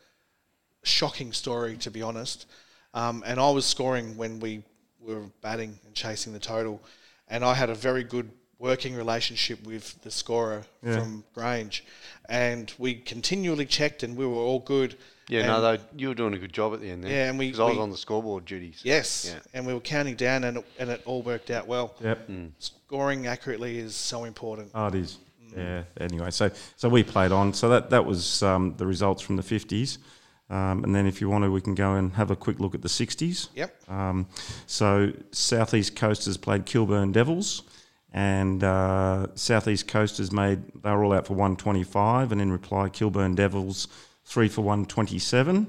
[SPEAKER 1] shocking story, to be honest. Um, and I was scoring when we were batting and chasing the total, and I had a very good working relationship with the scorer
[SPEAKER 3] Yeah.
[SPEAKER 1] from Grange, and we continually checked, and we were all good.
[SPEAKER 2] Yeah,
[SPEAKER 1] and
[SPEAKER 2] no, though you were doing a good job at the end there.
[SPEAKER 1] Yeah, and we-
[SPEAKER 2] 'Cause I was
[SPEAKER 1] we-
[SPEAKER 2] on the scoreboard duties.
[SPEAKER 1] Yes,
[SPEAKER 2] Yeah.
[SPEAKER 1] and we were counting down, and it, and it all worked out well.
[SPEAKER 3] Yep.
[SPEAKER 2] Mm.
[SPEAKER 1] Scoring accurately is so important.
[SPEAKER 3] Oh, it is. Yeah. Anyway, so so we played on. So that that was um, the results from the fifties, um, and then if you want to, we can go and have a quick look at the sixties.
[SPEAKER 1] Yep.
[SPEAKER 3] Um, so Southeast Coasters played Kilburn Devils, and uh, Southeast Coasters made they were all out for one twenty five, and in reply Kilburn Devils three for one twenty seven.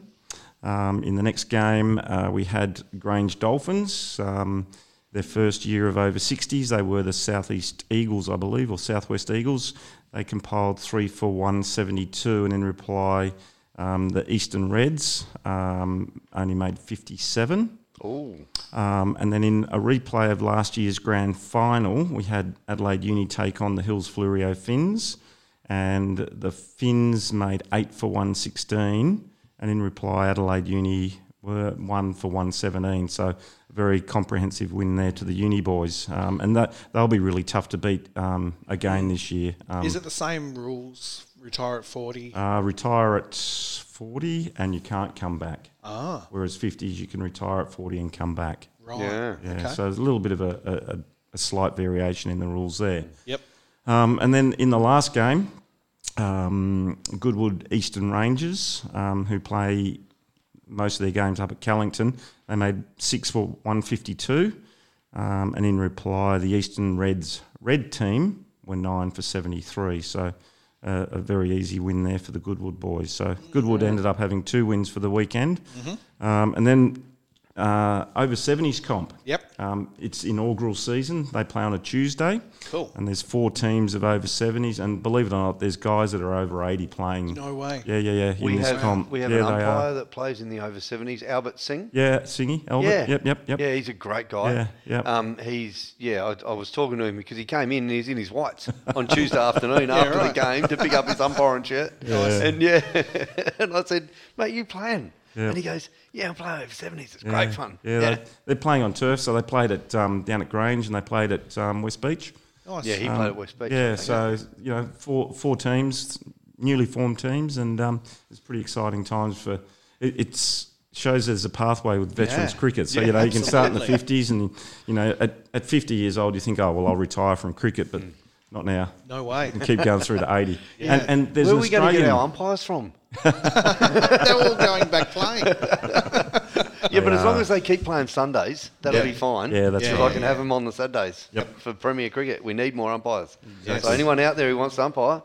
[SPEAKER 3] Um, in the next game, uh, we had Grange Dolphins. Um, their first year of over 60s, they were the Southeast Eagles, I believe, or Southwest Eagles. They compiled three for 172, and in reply, um, the Eastern Reds um, only made 57.
[SPEAKER 2] Oh,
[SPEAKER 3] Um, and then in a replay of last year's grand final, we had Adelaide Uni take on the Hills Fluorio Finns, and the Finns made eight for one sixteen, and in reply, Adelaide Uni were one for one seventeen. So a very comprehensive win there to the Uni boys, um, and that they'll be really tough to beat um, again this year. Um,
[SPEAKER 1] Is it the same rules? Retire at 40?
[SPEAKER 3] uh, retire at 40 and you can't come back. Ah. Whereas 50s, you can retire at 40 and come back.
[SPEAKER 1] right.
[SPEAKER 2] yeah.
[SPEAKER 3] Yeah, so there's a little bit of a, a, a- a slight variation in the rules there.
[SPEAKER 1] Yep.
[SPEAKER 3] Um, and then in the last game, um, Goodwood Eastern Rangers, um, who play most of their games up at Callington, they made six for 152. Um, and in reply, the Eastern Reds red team were nine for 73. So uh, a very easy win there for the Goodwood boys. So Goodwood ended up having two wins for the weekend. Um, and then uh, over 70s comp.
[SPEAKER 1] Yep.
[SPEAKER 3] Um, it's inaugural season. They play on a Tuesday.
[SPEAKER 1] Cool.
[SPEAKER 3] And there's four teams of over 70s. And believe it or not, there's guys that are over 80 playing.
[SPEAKER 1] No way.
[SPEAKER 3] Yeah, yeah, yeah. in
[SPEAKER 2] We
[SPEAKER 3] this
[SPEAKER 2] have
[SPEAKER 3] comp.
[SPEAKER 2] we have
[SPEAKER 3] yeah,
[SPEAKER 2] an
[SPEAKER 3] they are.
[SPEAKER 2] umpire that plays in the over seventies, Albert Singh.
[SPEAKER 3] Yeah, Singy, Albert.
[SPEAKER 2] Yeah.
[SPEAKER 3] Yep, yep, yep.
[SPEAKER 2] Yeah, he's a great guy.
[SPEAKER 3] Yeah, yeah.
[SPEAKER 2] Um, he's yeah. I, I was talking to him because he came in and he's in his whites on Tuesday afternoon after
[SPEAKER 1] right.
[SPEAKER 2] the game to pick up his umpiring shirt.
[SPEAKER 3] Nice.
[SPEAKER 2] And yeah, and I said, mate, you playing?
[SPEAKER 3] Yeah.
[SPEAKER 2] And he goes, yeah, I'm playing over seventies. It's
[SPEAKER 3] Yeah.
[SPEAKER 2] great fun.
[SPEAKER 3] Yeah, They, they're playing on turf, so they played at um, down at Grange and they played at um, West Beach.
[SPEAKER 1] Nice.
[SPEAKER 2] Yeah, he
[SPEAKER 1] Um,
[SPEAKER 2] played at West Beach.
[SPEAKER 3] Yeah, so you know, four four teams, newly formed teams, and um, it's pretty exciting times for it. It's shows there's a pathway with veterans
[SPEAKER 1] Yeah.
[SPEAKER 3] cricket. So
[SPEAKER 1] Yeah,
[SPEAKER 3] you know, you can start in the
[SPEAKER 1] absolutely.
[SPEAKER 3] fifties, and you know, at, at fifty years old, you think, oh well, I'll retire from cricket, but Not now.
[SPEAKER 1] No way.
[SPEAKER 3] We'll keep going through to 80.
[SPEAKER 1] Yeah.
[SPEAKER 3] And, and there's
[SPEAKER 2] Where are
[SPEAKER 3] an
[SPEAKER 2] we going to get
[SPEAKER 3] Australian-
[SPEAKER 2] our umpires from?
[SPEAKER 1] They're all going back playing.
[SPEAKER 2] Yeah, but as long
[SPEAKER 3] are.
[SPEAKER 2] as they keep playing Sundays, that'll
[SPEAKER 1] Yeah.
[SPEAKER 2] be fine.
[SPEAKER 3] Yeah, that's
[SPEAKER 2] Because
[SPEAKER 1] right.
[SPEAKER 2] I can
[SPEAKER 1] Yeah.
[SPEAKER 2] have them on the Saturdays
[SPEAKER 3] Yep.
[SPEAKER 2] for Premier Cricket. We need more umpires.
[SPEAKER 1] Yes.
[SPEAKER 2] So anyone out there who wants to umpire,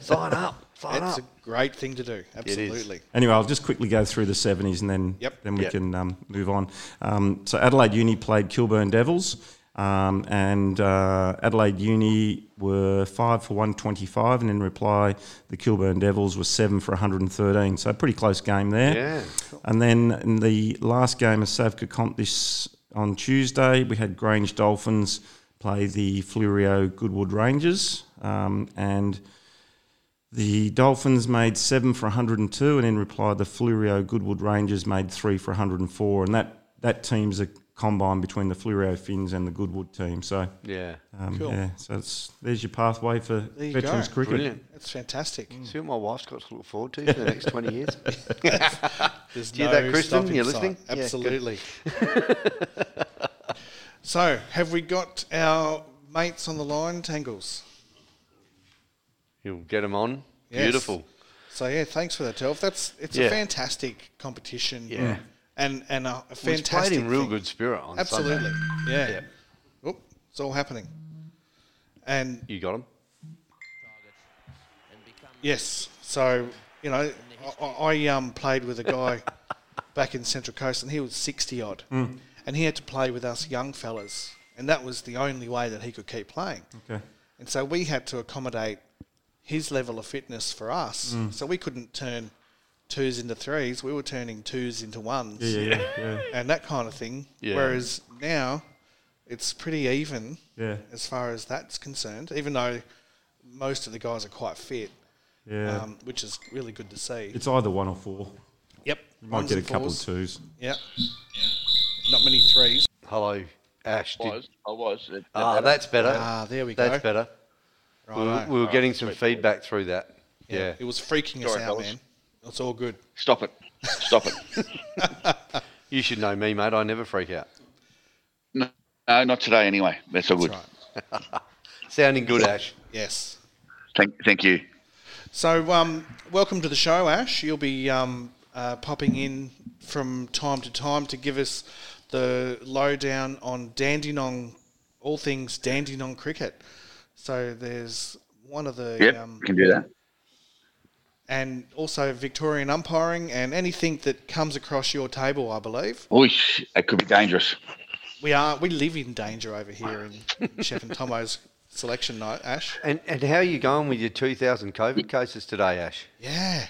[SPEAKER 2] sign up. Sign
[SPEAKER 1] It's
[SPEAKER 2] up.
[SPEAKER 1] a great thing to do.
[SPEAKER 2] is.
[SPEAKER 1] Absolutely.
[SPEAKER 3] Anyway, I'll just quickly go through the 70s and then
[SPEAKER 1] Yep.
[SPEAKER 3] then we
[SPEAKER 2] Yep.
[SPEAKER 3] can um, move on. Um, so Adelaide Uni played Kilburn Devils, um, and uh, Adelaide Uni were five for 125, and in reply, the Kilburn Devils were seven for 113. So a pretty close game there.
[SPEAKER 2] Yeah.
[SPEAKER 3] And then in the last game of Savca Comp this on Tuesday, we had Grange Dolphins play the Flurio Goodwood Rangers, um, and the Dolphins made seven for 102, and in reply, the Flurio Goodwood Rangers made three for 104. And that, that team's a combine between the Flurio Finns and the Goodwood team. So,
[SPEAKER 2] Yeah.
[SPEAKER 3] um,
[SPEAKER 1] Cool.
[SPEAKER 3] yeah, so it's, there's your pathway for
[SPEAKER 1] you
[SPEAKER 3] veterans
[SPEAKER 1] go.
[SPEAKER 3] cricket.
[SPEAKER 2] Brilliant.
[SPEAKER 1] That's fantastic.
[SPEAKER 3] Mm.
[SPEAKER 2] See what my wife's got to look forward to for the next 20 years.
[SPEAKER 1] There's
[SPEAKER 2] Do you
[SPEAKER 1] no
[SPEAKER 2] hear that, Kristen?
[SPEAKER 1] stopping
[SPEAKER 2] You're
[SPEAKER 1] sign.
[SPEAKER 2] listening? Yeah, good.
[SPEAKER 1] Absolutely. so, have we got our mates on the line, Tangles?
[SPEAKER 2] You'll get them on.
[SPEAKER 1] Yes.
[SPEAKER 2] Beautiful.
[SPEAKER 1] So yeah, thanks for that, Telf. That's it's a
[SPEAKER 2] Yeah.
[SPEAKER 1] fantastic competition.
[SPEAKER 2] Yeah.
[SPEAKER 1] And and a a
[SPEAKER 2] Well, it's played
[SPEAKER 1] fantastic.
[SPEAKER 2] in real
[SPEAKER 1] thing.
[SPEAKER 2] good spirit on Sunday.
[SPEAKER 1] Absolutely. Yeah.
[SPEAKER 2] Yeah.
[SPEAKER 1] Oop, it's all happening. And
[SPEAKER 2] You got them?
[SPEAKER 1] Yes. So you know, I, I um, played with a guy back in Central Coast, and he was sixty odd, and he had to play with us young fellas, and that was the only way that he could keep playing.
[SPEAKER 3] Okay.
[SPEAKER 1] And so we had to accommodate his level of fitness for us, so we couldn't turn twos into threes. We were turning twos into ones,
[SPEAKER 3] Yeah, yeah, yeah.
[SPEAKER 1] and that kind of thing.
[SPEAKER 2] Yeah.
[SPEAKER 1] Whereas now, it's pretty even
[SPEAKER 3] Yeah.
[SPEAKER 1] as far as that's concerned. Even though most of the guys are quite fit,
[SPEAKER 3] yeah.
[SPEAKER 1] um, which is really good to see.
[SPEAKER 3] it's either one or four.
[SPEAKER 1] yep,
[SPEAKER 3] You might
[SPEAKER 1] Ones
[SPEAKER 3] get a
[SPEAKER 1] and
[SPEAKER 3] couple of
[SPEAKER 1] fours.
[SPEAKER 3] twos.
[SPEAKER 1] Yep, not many threes.
[SPEAKER 2] Hello, Ash. Did-
[SPEAKER 4] was. I was. It-
[SPEAKER 2] ah,
[SPEAKER 4] that-
[SPEAKER 2] that's better.
[SPEAKER 1] Ah, there we
[SPEAKER 2] That's
[SPEAKER 1] go.
[SPEAKER 2] better. We were,
[SPEAKER 1] Righto.
[SPEAKER 2] we were getting some
[SPEAKER 4] sweet.
[SPEAKER 2] feedback through that. Yeah.
[SPEAKER 1] it was freaking us
[SPEAKER 4] Sorry,
[SPEAKER 1] out,
[SPEAKER 4] fellas.
[SPEAKER 1] man. It's all good.
[SPEAKER 4] Stop it. Stop it.
[SPEAKER 2] You should know me, mate. I never freak out.
[SPEAKER 4] No, no, not today anyway. That's all
[SPEAKER 1] That's
[SPEAKER 4] good.
[SPEAKER 1] right.
[SPEAKER 2] Sounding good, Ash.
[SPEAKER 1] Yes.
[SPEAKER 4] Thank, thank you.
[SPEAKER 1] So, um, welcome to the show, Ash. You'll be um, uh, popping in from time to time to give us the lowdown on Dandenong, all things Dandenong cricket. So, there's one of the
[SPEAKER 4] Yep,
[SPEAKER 1] um,
[SPEAKER 4] can do that.
[SPEAKER 1] and also Victorian umpiring and anything that comes across your table, I believe.
[SPEAKER 4] Oosh, it could be dangerous.
[SPEAKER 1] We are we live in danger over here in Chef and Tomo's selection night, Ash.
[SPEAKER 2] And, and how are you going with your 2,000 COVID cases today, Ash?
[SPEAKER 1] Yeah.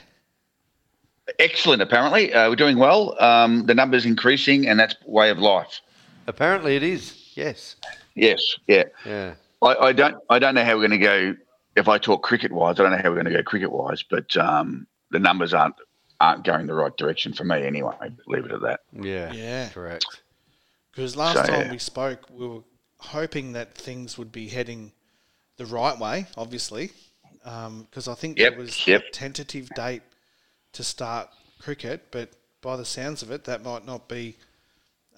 [SPEAKER 4] Excellent, apparently. Uh, we're doing well. Um, the number's increasing, and that's way of life.
[SPEAKER 2] Apparently it is. Yes.
[SPEAKER 4] Yes, yeah.
[SPEAKER 2] Yeah.
[SPEAKER 4] I, I don't I don't know how we're going to go if I talk cricket wise. I don't know how we're going to go cricket wise, but um, the numbers aren't aren't going the right direction for me anyway. Leave it at that.
[SPEAKER 2] Yeah.
[SPEAKER 1] Yeah.
[SPEAKER 2] Correct.
[SPEAKER 1] Because last
[SPEAKER 4] So,
[SPEAKER 1] time
[SPEAKER 4] yeah.
[SPEAKER 1] we spoke, we were hoping that things would be heading the right way, obviously, because I think
[SPEAKER 4] Yep,
[SPEAKER 1] there was
[SPEAKER 4] yep.
[SPEAKER 1] a tentative date to start cricket, but by the sounds of it, that might not be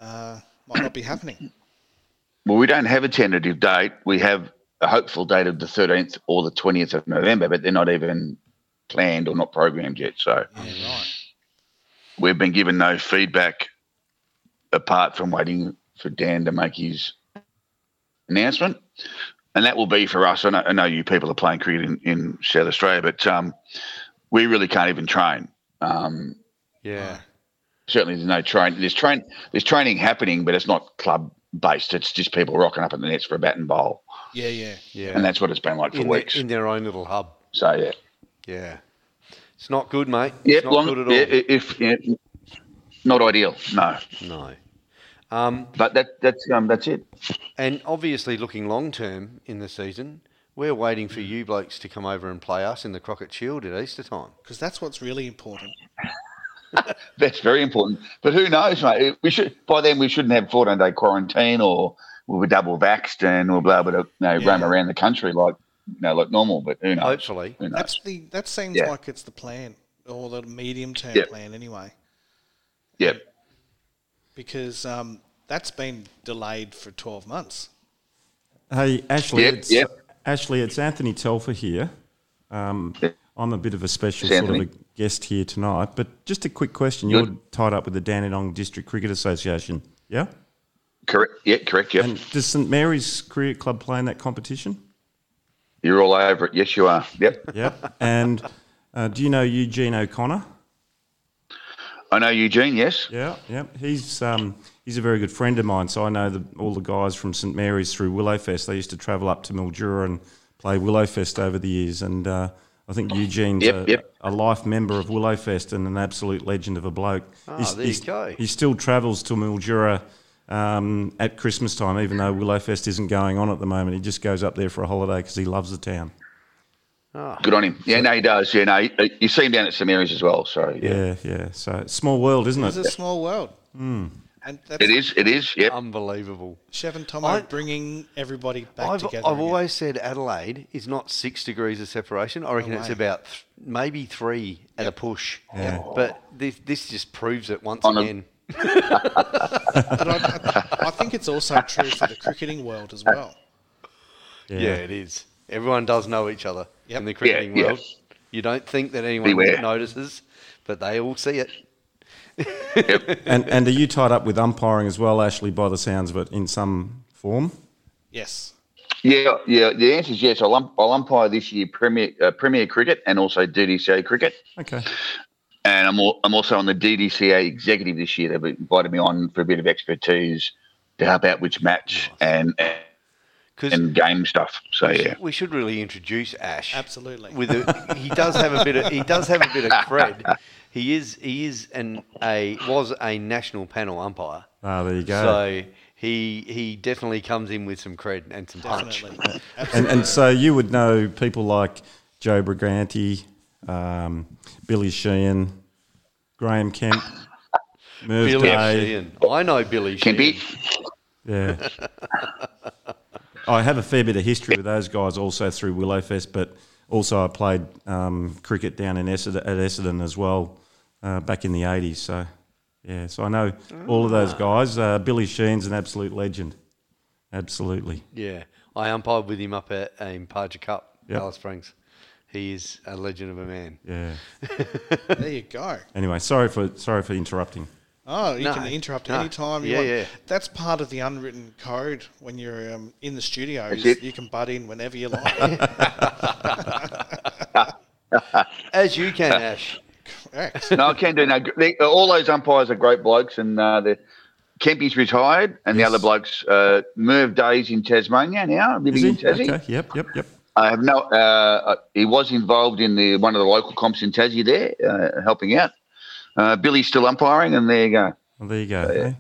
[SPEAKER 1] uh, might not be happening.
[SPEAKER 4] Well, we don't have a tentative date. We have a hopeful date of the 13th or the 20th of November, but they're not even planned or not programmed yet. So
[SPEAKER 1] Yeah, right.
[SPEAKER 4] we've been given no feedback apart from waiting for Dan to make his announcement. And that will be for us. I know, I know you people are playing cricket in, in South Australia, but um, we really can't even train. Um,
[SPEAKER 2] Yeah.
[SPEAKER 4] certainly there's no train there's train there's training happening but it's not club based it's just people rocking up in the nets for a bat and bowl
[SPEAKER 1] Yeah, yeah.
[SPEAKER 2] Yeah.
[SPEAKER 4] and that's what it's been like for
[SPEAKER 2] in, the-
[SPEAKER 4] weeks
[SPEAKER 2] in their own little hub.
[SPEAKER 4] so yeah
[SPEAKER 2] Yeah. It's not good, mate.
[SPEAKER 4] yeah
[SPEAKER 2] it's not good at all.
[SPEAKER 4] yeah, i- if yeah, not ideal no
[SPEAKER 2] no. Um,
[SPEAKER 4] but that that's um that's it
[SPEAKER 2] and obviously, looking long term in the season, we're waiting for you blokes to come over and play us in the Crockett Shield at Easter time.
[SPEAKER 1] Because that's what's really important.
[SPEAKER 4] that's very important but who knows mate we should by then we shouldn't have 14 day quarantine or we'll be double vaxxed and we'll be able to you know roam
[SPEAKER 1] Yeah.
[SPEAKER 4] around the country like you know like normal but who knows
[SPEAKER 2] Hopefully.
[SPEAKER 4] who knows
[SPEAKER 1] That's the that seems
[SPEAKER 4] Yeah.
[SPEAKER 1] like it's the plan or the medium term
[SPEAKER 4] Yep.
[SPEAKER 1] plan anyway,
[SPEAKER 4] yeah
[SPEAKER 1] because um, that's been delayed for twelve months.
[SPEAKER 3] Hey, Ashley,
[SPEAKER 4] Yep,
[SPEAKER 3] it's
[SPEAKER 4] yep.
[SPEAKER 3] Ashley, it's Anthony Telfer here. Um, I'm a bit of a special
[SPEAKER 4] Yes,
[SPEAKER 3] sort of
[SPEAKER 4] Anthony.
[SPEAKER 3] a guest here tonight, but just a quick question. You're tied up with the Dandenong District Cricket Association, yeah?
[SPEAKER 4] Correct. Yeah, correct. Yep.
[SPEAKER 3] And does St Mary's Cricket Club play in that competition?
[SPEAKER 4] You're all over it. Yes, you are. Yep.
[SPEAKER 3] Yeah. and uh, do you know Eugene O'Connor?
[SPEAKER 4] I know Eugene. Yes.
[SPEAKER 3] Yeah, yeah. He's um, he's a very good friend of mine, so I know the, all the guys from St Mary's through Willowfest. They used to travel up to Mildura and play Willowfest over the years, and uh, I think Eugene's
[SPEAKER 4] Yep,
[SPEAKER 3] a,
[SPEAKER 4] yep.
[SPEAKER 3] a life member of Willowfest and an absolute legend of a bloke. Ah,
[SPEAKER 2] there you go.
[SPEAKER 3] He still travels to Mildura um, at Christmas time, even though Willowfest isn't going on at the moment. He just goes up there for a holiday because he loves the town.
[SPEAKER 4] Good on him. Yeah, no, he does. Yeah, no, he- you see him down at St Mary's as well. So yeah.
[SPEAKER 3] Yeah, yeah. So small world, isn't
[SPEAKER 1] It's
[SPEAKER 3] it?
[SPEAKER 1] a small world.
[SPEAKER 2] Hmm.
[SPEAKER 1] And that's
[SPEAKER 4] Hmm. it is. It is. Yep.
[SPEAKER 2] Unbelievable.
[SPEAKER 1] Chef and Tomo
[SPEAKER 2] I-
[SPEAKER 1] bringing everybody back
[SPEAKER 2] I've,
[SPEAKER 1] together.
[SPEAKER 2] I've
[SPEAKER 1] again.
[SPEAKER 2] always said Adelaide is not six degrees of separation. I reckon it's
[SPEAKER 1] way.
[SPEAKER 2] about th- maybe three at a push.
[SPEAKER 3] Yeah.
[SPEAKER 2] But this, this just proves it once
[SPEAKER 4] On a-
[SPEAKER 2] again.
[SPEAKER 1] But I, I, I think it's also true for the cricketing world as well.
[SPEAKER 2] yeah. it is. Everyone does know each other
[SPEAKER 1] Yep.
[SPEAKER 2] in the cricketing
[SPEAKER 4] yeah.
[SPEAKER 2] world. You don't think that anyone
[SPEAKER 4] Beware.
[SPEAKER 2] notices, but they all see it.
[SPEAKER 3] And and are you tied up with umpiring as well, Ashley? By the sounds of it, in some form.
[SPEAKER 1] Yes.
[SPEAKER 4] Yeah, yeah. The answer is yes. I'll, ump- I'll umpire this year Premier uh, Premier Cricket and also DDCA Cricket,
[SPEAKER 3] Okay.
[SPEAKER 4] and I'm al- I'm also on the DDCA Executive this year. They've invited me on for a bit of expertise to help out with match and
[SPEAKER 2] Because
[SPEAKER 4] and game stuff. So yeah,
[SPEAKER 2] we should really introduce Ash.
[SPEAKER 1] Absolutely.
[SPEAKER 2] With a, he does have a bit of he does have a bit of cred. He is he is an a was a national panel umpire.
[SPEAKER 3] Ah, there you go.
[SPEAKER 2] So he he definitely comes in with some cred and some punch.
[SPEAKER 1] Definitely.
[SPEAKER 3] and and so you would know people like Joe Briganti, um, Billy Sheehan, Graham Kemp, Merv
[SPEAKER 2] Billy
[SPEAKER 3] Day.
[SPEAKER 2] Sheehan. I know Billy
[SPEAKER 4] can
[SPEAKER 2] Sheehan.
[SPEAKER 4] be.
[SPEAKER 3] Yeah. I have a fair bit of history with those guys also through Willowfest, but also I played um, cricket down in Essendon, at Essendon as well uh, back in the 80s. So, yeah, so I know all of those guys. Uh, Billy Sheen's an absolute legend. Absolutely.
[SPEAKER 2] Yeah. I umpired with him up at in Parger Cup,
[SPEAKER 3] Yep.
[SPEAKER 2] Alice Springs. He is a legend of a man.
[SPEAKER 3] Yeah.
[SPEAKER 1] there you go.
[SPEAKER 3] Anyway, sorry for sorry for interrupting.
[SPEAKER 1] Oh, you
[SPEAKER 2] No,
[SPEAKER 1] can interrupt
[SPEAKER 2] no.
[SPEAKER 1] any time you
[SPEAKER 2] Yeah,
[SPEAKER 1] want.
[SPEAKER 2] yeah.
[SPEAKER 1] That's part of the unwritten code when you're um, in the studio. is
[SPEAKER 4] it.
[SPEAKER 1] You can butt in whenever you like.
[SPEAKER 2] As you can, Ash.
[SPEAKER 1] Correct.
[SPEAKER 4] No, I can do. No, they, uh, all those umpires are great blokes, and uh, the Kempy's retired, and the other blokes, uh, Merv Day's in Tasmania now,
[SPEAKER 3] Is
[SPEAKER 4] living
[SPEAKER 3] he?
[SPEAKER 4] in Tassie.
[SPEAKER 3] Okay. Yep. Yep. Yep.
[SPEAKER 4] I have no. Uh, he was involved in the one of the local comps in Tassie there, uh, helping out. Uh, Billy's still umpiring, and there you go.
[SPEAKER 3] Well, there you go. eh?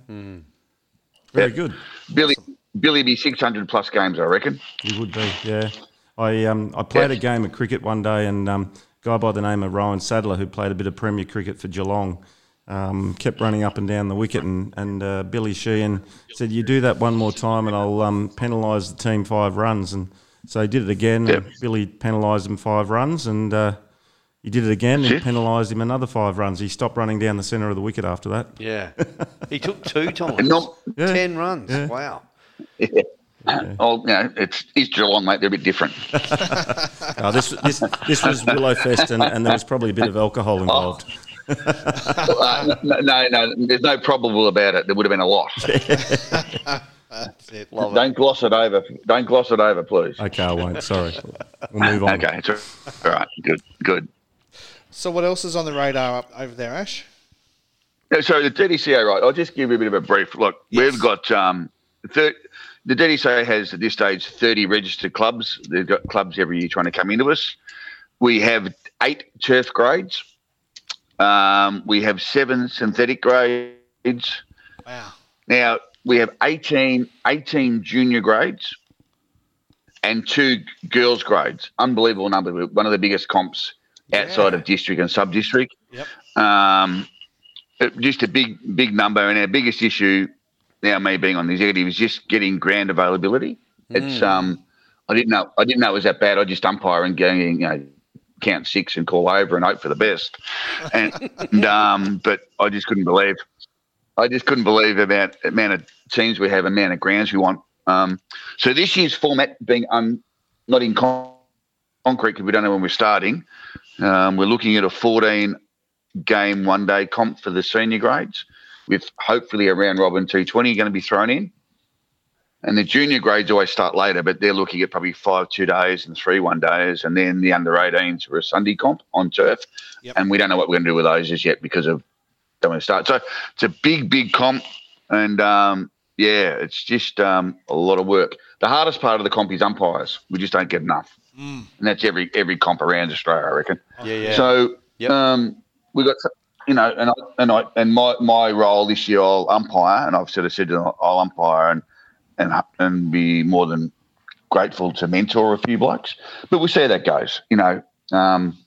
[SPEAKER 3] Very good.
[SPEAKER 4] Billy, Billy be six hundred plus games, I reckon.
[SPEAKER 3] You would be, yeah. I um, I played a game of cricket one day, and um, a guy by the name of Rowan Sadler, who played a bit of Premier cricket for Geelong, um, kept running up and down the wicket, and and uh, Billy Sheehan said, "You do that one more time, and I'll um, penalise the team five runs." And so he did it again. and
[SPEAKER 4] Yep.
[SPEAKER 3] Billy penalised him five runs, and uh, he did it again and
[SPEAKER 4] Shit.
[SPEAKER 3] penalised him another five runs. He stopped running down the centre of the wicket after that.
[SPEAKER 2] Yeah. He took two times.
[SPEAKER 4] No.
[SPEAKER 3] Yeah.
[SPEAKER 2] Ten runs.
[SPEAKER 3] Yeah.
[SPEAKER 2] Wow.
[SPEAKER 4] Oh, you know, it's it's Geelong, mate. They're a bit different.
[SPEAKER 3] Uh, this this this was Willowfest, and, and there was probably a bit of alcohol involved.
[SPEAKER 4] uh, no, no, no, there's no probable about it. There would have been a lot.
[SPEAKER 1] That's it.
[SPEAKER 2] Love it.
[SPEAKER 4] Don't gloss it over. Don't gloss it over, please.
[SPEAKER 3] Okay, I won't. Sorry, we'll move on.
[SPEAKER 4] Okay, it's all- all right. Good, good.
[SPEAKER 1] So, what else is on the radar up over there, Ash?
[SPEAKER 4] Yeah, So the DDCA, right? I'll just give you a bit of a brief look. We've got um, thir- the DDCA has at this stage thirty registered clubs. They've got clubs every year trying to come into us. We have eight turf grades. Um, we have seven synthetic grades.
[SPEAKER 1] Wow.
[SPEAKER 4] Now we have 18, 18 junior grades and two girls grades. Unbelievable number. One of the biggest comps outside of district and sub district.
[SPEAKER 1] Yep.
[SPEAKER 4] Um, it- just a big, big number. And our biggest issue now, me being on the executive, is just getting ground availability. It's um, I didn't know, I didn't know it was that bad. I just umpire and going, you know, count six and call over and hope for the best. And, and, um, but I just couldn't believe, I just couldn't believe about the amount of teams we have, amount of grounds we want. Um, so this year's format being un, not in con- concrete because we don't know when we're starting. Um, we're looking at a 14 game one day comp for the senior grades, with hopefully a round robin 220 going to be thrown in. And the junior grades always start later, but they're looking at probably five two days and three one days, and then the under 18s for a Sunday comp on turf.
[SPEAKER 1] Yep.
[SPEAKER 4] And we don't know what we're going to do with those as yet because of don't want to start. So it's a big, big comp, and um, yeah, it's just um, a lot of work. The hardest part of the comp is umpires. We just don't get enough,
[SPEAKER 1] Mm.
[SPEAKER 4] and that's every every comp around Australia, I reckon.
[SPEAKER 1] Oh,
[SPEAKER 2] Yeah, yeah.
[SPEAKER 4] So
[SPEAKER 2] Yep.
[SPEAKER 4] um, we got you know, and I, and I and my my role this year, I'll umpire, and I've sort of said to them, I'll umpire and and and be more than grateful to mentor a few blokes, but we'll see how that goes, you know. Um,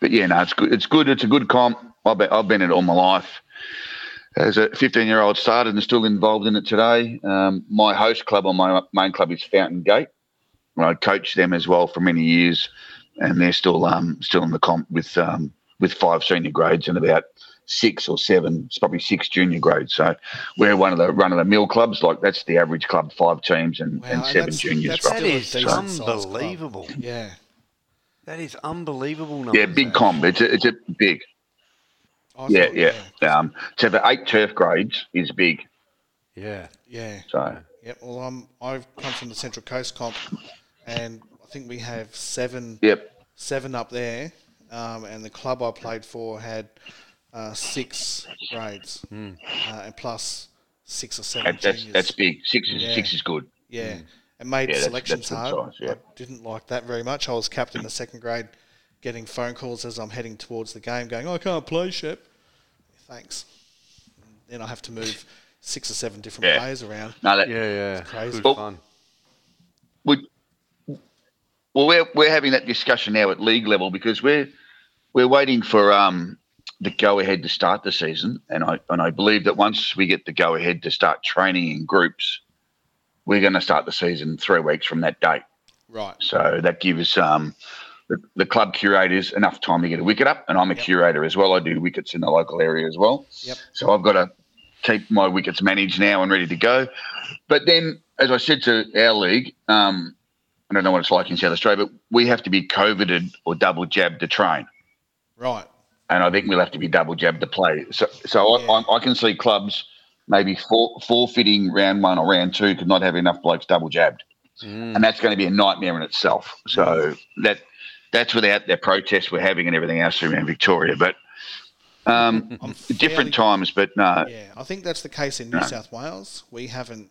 [SPEAKER 4] but yeah, no, it's good. It's good. It's a good comp. I've been, I've been in it all my life. As a 15 year old started and still involved in it today. Um, my host club on my main club is Fountain Gate. And I coached them as well for many years, and they're still um, still in the comp with um, with five senior grades and about six or seven, it's probably six junior grades. So we're one of the run of the mill clubs. Like that's the average club, five teams and,
[SPEAKER 1] Wow,
[SPEAKER 4] and
[SPEAKER 1] and
[SPEAKER 4] seven
[SPEAKER 1] that's-
[SPEAKER 4] juniors.
[SPEAKER 1] that's
[SPEAKER 4] right?
[SPEAKER 2] that
[SPEAKER 1] Still a
[SPEAKER 2] is
[SPEAKER 1] decent-sized club.
[SPEAKER 2] unbelievable.
[SPEAKER 1] Yeah.
[SPEAKER 2] That is unbelievable.
[SPEAKER 4] Yeah,
[SPEAKER 2] numbers,
[SPEAKER 4] big
[SPEAKER 2] that.
[SPEAKER 4] comp.
[SPEAKER 1] eh?
[SPEAKER 4] It's a, it's a big.
[SPEAKER 1] I
[SPEAKER 4] Yeah,
[SPEAKER 1] thought-
[SPEAKER 4] yeah. Um, to have eight turf grades is big.
[SPEAKER 2] Yeah.
[SPEAKER 1] Yeah.
[SPEAKER 4] So
[SPEAKER 1] Yeah. Well, I'm, I've come from the Central Coast comp, and I think we have seven
[SPEAKER 4] yep.
[SPEAKER 1] seven up there, um, and the club I played for had uh, six grades uh, and plus six or seven
[SPEAKER 4] Hmm. That, that's
[SPEAKER 1] juniors.
[SPEAKER 4] that's big. Six is
[SPEAKER 1] Yeah.
[SPEAKER 4] six is good.
[SPEAKER 1] yeah,
[SPEAKER 3] Mm.
[SPEAKER 1] it made
[SPEAKER 4] Yeah, that's-
[SPEAKER 1] selections
[SPEAKER 4] that's good
[SPEAKER 1] hard.
[SPEAKER 4] size, yeah.
[SPEAKER 1] I didn't like that very much. I was captain of second grade, getting phone calls as I'm heading towards the game, going, "I can't play, Shep." Thanks. Then I have to move six or seven different
[SPEAKER 4] Yeah.
[SPEAKER 1] players around.
[SPEAKER 4] No, that,
[SPEAKER 2] Yeah, yeah.
[SPEAKER 1] crazy.
[SPEAKER 4] Oh.
[SPEAKER 2] Good fun.
[SPEAKER 4] we, well, we're we're having that discussion now at league level because we're we're waiting for um, the go ahead to start the season, and I and I believe that once we get the go ahead to start training in groups, we're going to start the season three weeks from that date.
[SPEAKER 1] Right.
[SPEAKER 4] So that gives um, the, the club curators enough time to get a wicket up. And I'm a
[SPEAKER 1] Yep.
[SPEAKER 4] curator as well. I do wickets in the local area as well.
[SPEAKER 1] Yep.
[SPEAKER 4] So I've got to keep my wickets managed now and ready to go. But then, as I said to our league, um, I don't know what it's like in South Australia, but we have to be coveted or double jabbed to train.
[SPEAKER 1] Right.
[SPEAKER 4] And I think we'll have to be double jabbed to play. So, so
[SPEAKER 1] Yeah.
[SPEAKER 4] I, I, I can see clubs maybe for, forfeiting round one or round two could not have enough blokes double jabbed
[SPEAKER 2] Mm.
[SPEAKER 4] and that's going to be a nightmare in itself.
[SPEAKER 3] Mm.
[SPEAKER 4] So that that's without their protests we're having and everything else around Victoria, but um,
[SPEAKER 3] Mm-hmm.
[SPEAKER 1] I'm fairly-
[SPEAKER 4] different times. But no,
[SPEAKER 1] Yeah, I think that's the case in New
[SPEAKER 4] No.
[SPEAKER 1] South Wales. We haven't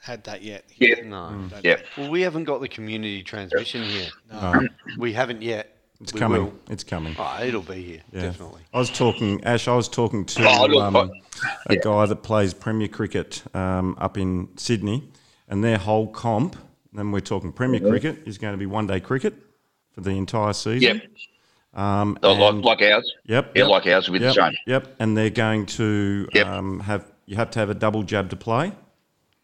[SPEAKER 1] had that yet.
[SPEAKER 4] Yeah.
[SPEAKER 1] Here,
[SPEAKER 2] No.
[SPEAKER 1] I don't
[SPEAKER 4] Yeah.
[SPEAKER 1] think.
[SPEAKER 2] Well, we haven't got the community transmission here.
[SPEAKER 3] No,
[SPEAKER 2] We haven't yet.
[SPEAKER 3] it's
[SPEAKER 2] we
[SPEAKER 3] coming.
[SPEAKER 2] Will.
[SPEAKER 3] It's coming.
[SPEAKER 2] Oh, it'll be here
[SPEAKER 3] Yeah.
[SPEAKER 2] definitely.
[SPEAKER 3] I was talking, Ash. I was talking to
[SPEAKER 4] Oh, look,
[SPEAKER 3] um,
[SPEAKER 4] I-
[SPEAKER 3] a guy that plays Premier cricket um, up in Sydney, and their whole comp. And we're talking Premier
[SPEAKER 4] Mm-hmm.
[SPEAKER 3] cricket is going to be one day cricket for the entire season.
[SPEAKER 4] yep, Oh,
[SPEAKER 3] Um, and-
[SPEAKER 4] like, like ours.
[SPEAKER 3] Yep.
[SPEAKER 4] Yeah,
[SPEAKER 3] yep,
[SPEAKER 4] like ours will be the
[SPEAKER 3] yep,
[SPEAKER 4] same.
[SPEAKER 3] Yep. And they're going to
[SPEAKER 4] Yep.
[SPEAKER 3] um, have you have to have a double jab to play.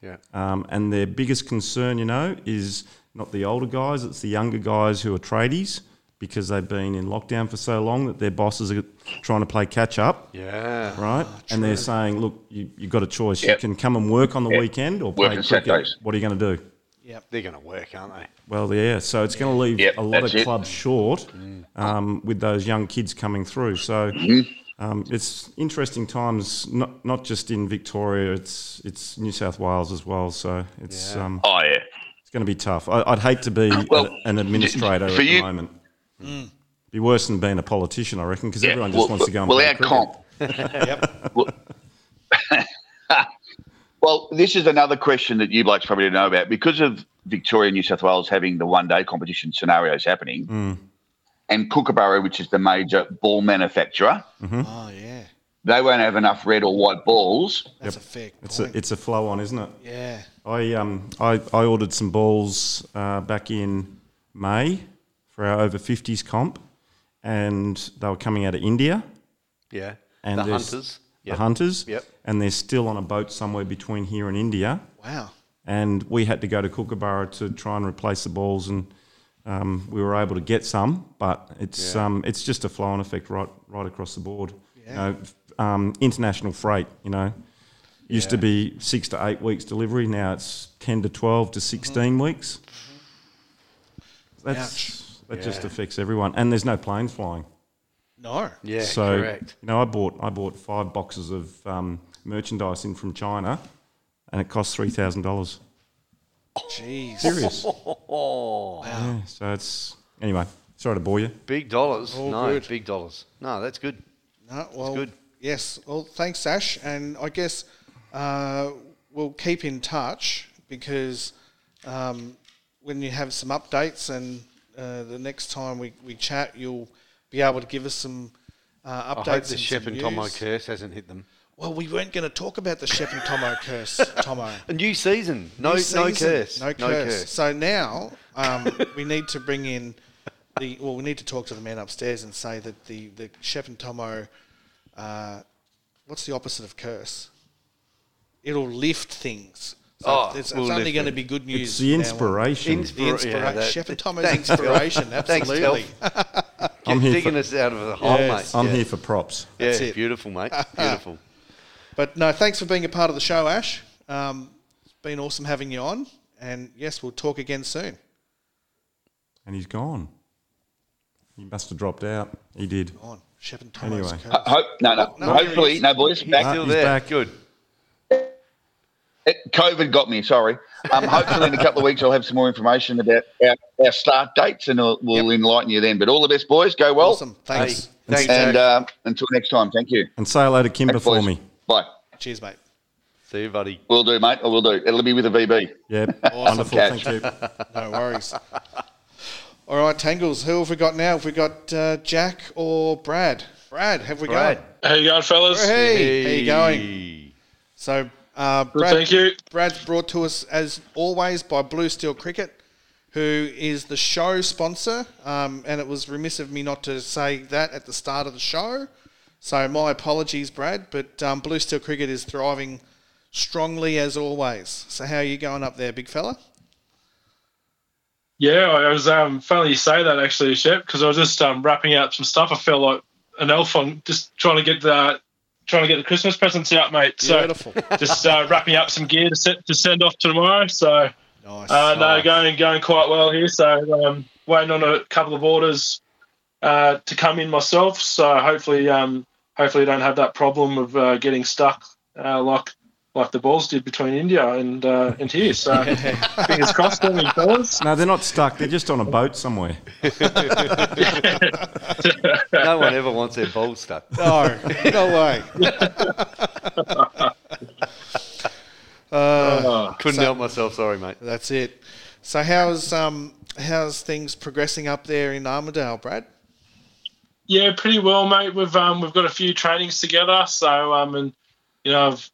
[SPEAKER 2] Yeah.
[SPEAKER 3] Um, and their biggest concern, you know, is not the older guys, it's the younger guys who are tradies because they've been in lockdown for so long that their bosses are trying to play catch up,
[SPEAKER 2] Yeah.
[SPEAKER 3] right? and they're saying, look, you, you've got a choice.
[SPEAKER 4] Ah, Yep.
[SPEAKER 3] You can come and work on the weekend or play
[SPEAKER 4] on
[SPEAKER 3] cricket.
[SPEAKER 4] Saturdays.
[SPEAKER 3] What are you going to do?
[SPEAKER 1] Yep.
[SPEAKER 2] They're going to work, aren't they?
[SPEAKER 3] Well, yeah, so it's going to leave
[SPEAKER 4] Yep,
[SPEAKER 3] a lot
[SPEAKER 4] that's
[SPEAKER 3] of
[SPEAKER 4] it. Mm.
[SPEAKER 3] clubs short um, with those young kids coming through. So
[SPEAKER 4] Mm-hmm.
[SPEAKER 3] um, it's interesting times, not not just in Victoria, it's it's New South Wales as well. So it's um,
[SPEAKER 4] Oh yeah,
[SPEAKER 3] it's going to be tough. I, I'd hate to be a-
[SPEAKER 4] Well,
[SPEAKER 3] an administrator
[SPEAKER 4] for
[SPEAKER 3] at the
[SPEAKER 4] you- Mm.
[SPEAKER 3] moment. Be worse than being a politician, I reckon, because
[SPEAKER 4] yeah.
[SPEAKER 3] everyone just
[SPEAKER 4] well,
[SPEAKER 3] wants to go and
[SPEAKER 4] well,
[SPEAKER 3] play
[SPEAKER 4] our
[SPEAKER 3] cricket.
[SPEAKER 4] comp.
[SPEAKER 1] Yep.
[SPEAKER 4] Well, well, this is another question that you blokes probably didn't know about because of Victoria and New South Wales having the one day competition scenarios happening, and Kookaburra, which is the major ball manufacturer,
[SPEAKER 3] Hmm?
[SPEAKER 1] Oh yeah,
[SPEAKER 4] they won't have enough red or white balls.
[SPEAKER 1] that's a fair point.
[SPEAKER 3] It's a, it's a flow on, isn't it?
[SPEAKER 1] yeah.
[SPEAKER 3] I um I, I ordered some balls uh, back in May for our over fifties comp, and they were coming out of India.
[SPEAKER 2] Yeah.
[SPEAKER 3] And
[SPEAKER 2] the
[SPEAKER 3] there's-
[SPEAKER 2] hunters.
[SPEAKER 3] The hunters.
[SPEAKER 2] Yep.
[SPEAKER 3] And they're still on a boat somewhere between here and India,
[SPEAKER 1] Wow.
[SPEAKER 3] and we had to go to Kookaburra to try and replace the balls, and um, we were able to get some, but it's um it's just a flow on effect right right across the board. You
[SPEAKER 1] Yeah.
[SPEAKER 3] know, f- um, international freight. You know. Used to be
[SPEAKER 2] Mm-hmm.
[SPEAKER 3] six to eight weeks delivery. Now it's ten to twelve to 16 weeks. that's that just affects everyone. And there's no planes flying.
[SPEAKER 1] No.
[SPEAKER 2] Yeah,
[SPEAKER 3] so
[SPEAKER 2] correct.
[SPEAKER 3] you know, I bought I bought five boxes of um, merchandise in from China, and it cost three thousand dollars.
[SPEAKER 1] Jeez.
[SPEAKER 3] Serious.
[SPEAKER 2] Oh,
[SPEAKER 3] Yeah, so it's anyway. Sorry to bore you.
[SPEAKER 2] big dollars.
[SPEAKER 1] All
[SPEAKER 2] no,
[SPEAKER 1] good.
[SPEAKER 2] big dollars. No, that's good.
[SPEAKER 1] No, well,
[SPEAKER 2] good.
[SPEAKER 1] yes. Well, thanks, Ash, and I guess uh, we'll keep in touch because um, when you have some updates and uh, the next time we, we chat, you'll be able to give us some uh, updates.
[SPEAKER 2] I hope the
[SPEAKER 1] and
[SPEAKER 2] Shep
[SPEAKER 1] some
[SPEAKER 2] and Tomo
[SPEAKER 1] news.
[SPEAKER 2] curse hasn't hit them.
[SPEAKER 1] Well, we weren't going to talk about the Shep and Tomo curse, Tomo.
[SPEAKER 2] A new season. No,
[SPEAKER 1] New
[SPEAKER 2] no
[SPEAKER 1] season,
[SPEAKER 2] curse.
[SPEAKER 1] No curse. So now um, we need to bring in the. Well, we need to talk to the man upstairs and say that the the Shep and Tomo. Uh, what's the opposite of curse? It'll lift things. So
[SPEAKER 2] Oh,
[SPEAKER 1] it's, it's
[SPEAKER 2] we'll
[SPEAKER 1] only
[SPEAKER 2] lift
[SPEAKER 1] going to
[SPEAKER 2] it.
[SPEAKER 1] be good news.
[SPEAKER 3] It's the
[SPEAKER 1] now on.
[SPEAKER 3] inspiration.
[SPEAKER 2] Inspira-
[SPEAKER 1] The inspiration.
[SPEAKER 2] yeah, that-
[SPEAKER 1] Chef and Tomo's
[SPEAKER 2] Thanks, Phil.
[SPEAKER 1] inspiration.
[SPEAKER 2] Thanks,
[SPEAKER 1] Absolutely.
[SPEAKER 2] Phil.
[SPEAKER 3] I'm
[SPEAKER 2] You're
[SPEAKER 3] here
[SPEAKER 2] digging
[SPEAKER 3] for-
[SPEAKER 2] us out of the hole,
[SPEAKER 1] Yes.
[SPEAKER 2] mate.
[SPEAKER 3] I'm
[SPEAKER 2] yeah.
[SPEAKER 3] here for props.
[SPEAKER 2] Yeah,
[SPEAKER 1] That's it.
[SPEAKER 2] beautiful, mate.
[SPEAKER 5] Ah.
[SPEAKER 2] Beautiful.
[SPEAKER 1] But no, thanks for being a part of the show, Ash. Um, it's been awesome having you on. And yes, we'll talk again soon.
[SPEAKER 3] And he's gone. He must have dropped out. He did.
[SPEAKER 1] Go on, Shep and Tomo's
[SPEAKER 3] Anyway.
[SPEAKER 2] Uh,
[SPEAKER 1] curse.
[SPEAKER 4] Hope, no, no.
[SPEAKER 1] no,
[SPEAKER 4] Hopefully, no, boys.
[SPEAKER 2] He's
[SPEAKER 4] Back.
[SPEAKER 2] still
[SPEAKER 3] he's
[SPEAKER 2] there.
[SPEAKER 3] back.
[SPEAKER 2] Good.
[SPEAKER 4] It, COVID got me. Sorry. Um, hopefully, in a couple of weeks, I'll have some more information about our, our start dates, and we'll, we'll enlighten you then. But all the best, boys. Go well.
[SPEAKER 1] Awesome. Thanks.
[SPEAKER 2] Hey, thanks,
[SPEAKER 4] And
[SPEAKER 2] Jack.
[SPEAKER 4] um, until next time, thank you.
[SPEAKER 3] And say hello to Kimber
[SPEAKER 4] Thanks,
[SPEAKER 3] for
[SPEAKER 4] boys.
[SPEAKER 3] me.
[SPEAKER 4] Bye.
[SPEAKER 1] Cheers, mate.
[SPEAKER 2] See you, buddy.
[SPEAKER 4] We'll do, mate. I will do. It'll be with a VB.
[SPEAKER 3] Yeah. Wonderful.
[SPEAKER 4] catch.
[SPEAKER 3] Thank you.
[SPEAKER 1] No worries. All right, Tangles, who have we got now? Have we got uh, Jack or Brad? Brad, have we
[SPEAKER 2] Brad.
[SPEAKER 1] got?
[SPEAKER 5] How you going, fellas?
[SPEAKER 1] Hey, how you going?
[SPEAKER 2] Hey.
[SPEAKER 1] So, uh,
[SPEAKER 5] Good,
[SPEAKER 1] Brad,
[SPEAKER 5] thank you.
[SPEAKER 1] Brad's brought to us, as always, by Blue Steel Cricket, who is the show sponsor. Um, and it was remiss of me not to say that at the start of the show. So, my apologies, Brad, but um, Blue Steel Cricket is thriving strongly as always. So, how are you going up there, big fella?
[SPEAKER 5] Yeah, I was um, funny you say that actually, Shep, because I was just um, wrapping up some stuff. I felt like an elf on just trying to get the trying to get the Christmas presents out, mate. So
[SPEAKER 1] Beautiful.
[SPEAKER 5] just uh, wrapping up some gear to, set, to send off tomorrow. So
[SPEAKER 1] nice.
[SPEAKER 5] uh, no, going going quite well here. So um, waiting on a couple of orders uh, to come in myself. So hopefully, um, hopefully, I don't have that problem of uh, getting stuck uh, like like the balls did between India and uh, and here. So fingers crossed, on me, fellas.
[SPEAKER 3] No, they're not stuck. They're just on a boat somewhere.
[SPEAKER 2] No one ever wants their ball stuck.
[SPEAKER 1] No, no way. uh,
[SPEAKER 5] Oh.
[SPEAKER 2] Couldn't help myself. Sorry, mate.
[SPEAKER 1] that's it. So how's um how's things progressing up there in Armadale, Brad?
[SPEAKER 5] Yeah, pretty well, mate. We've um, we've got a few trainings together. So um, and you know, I've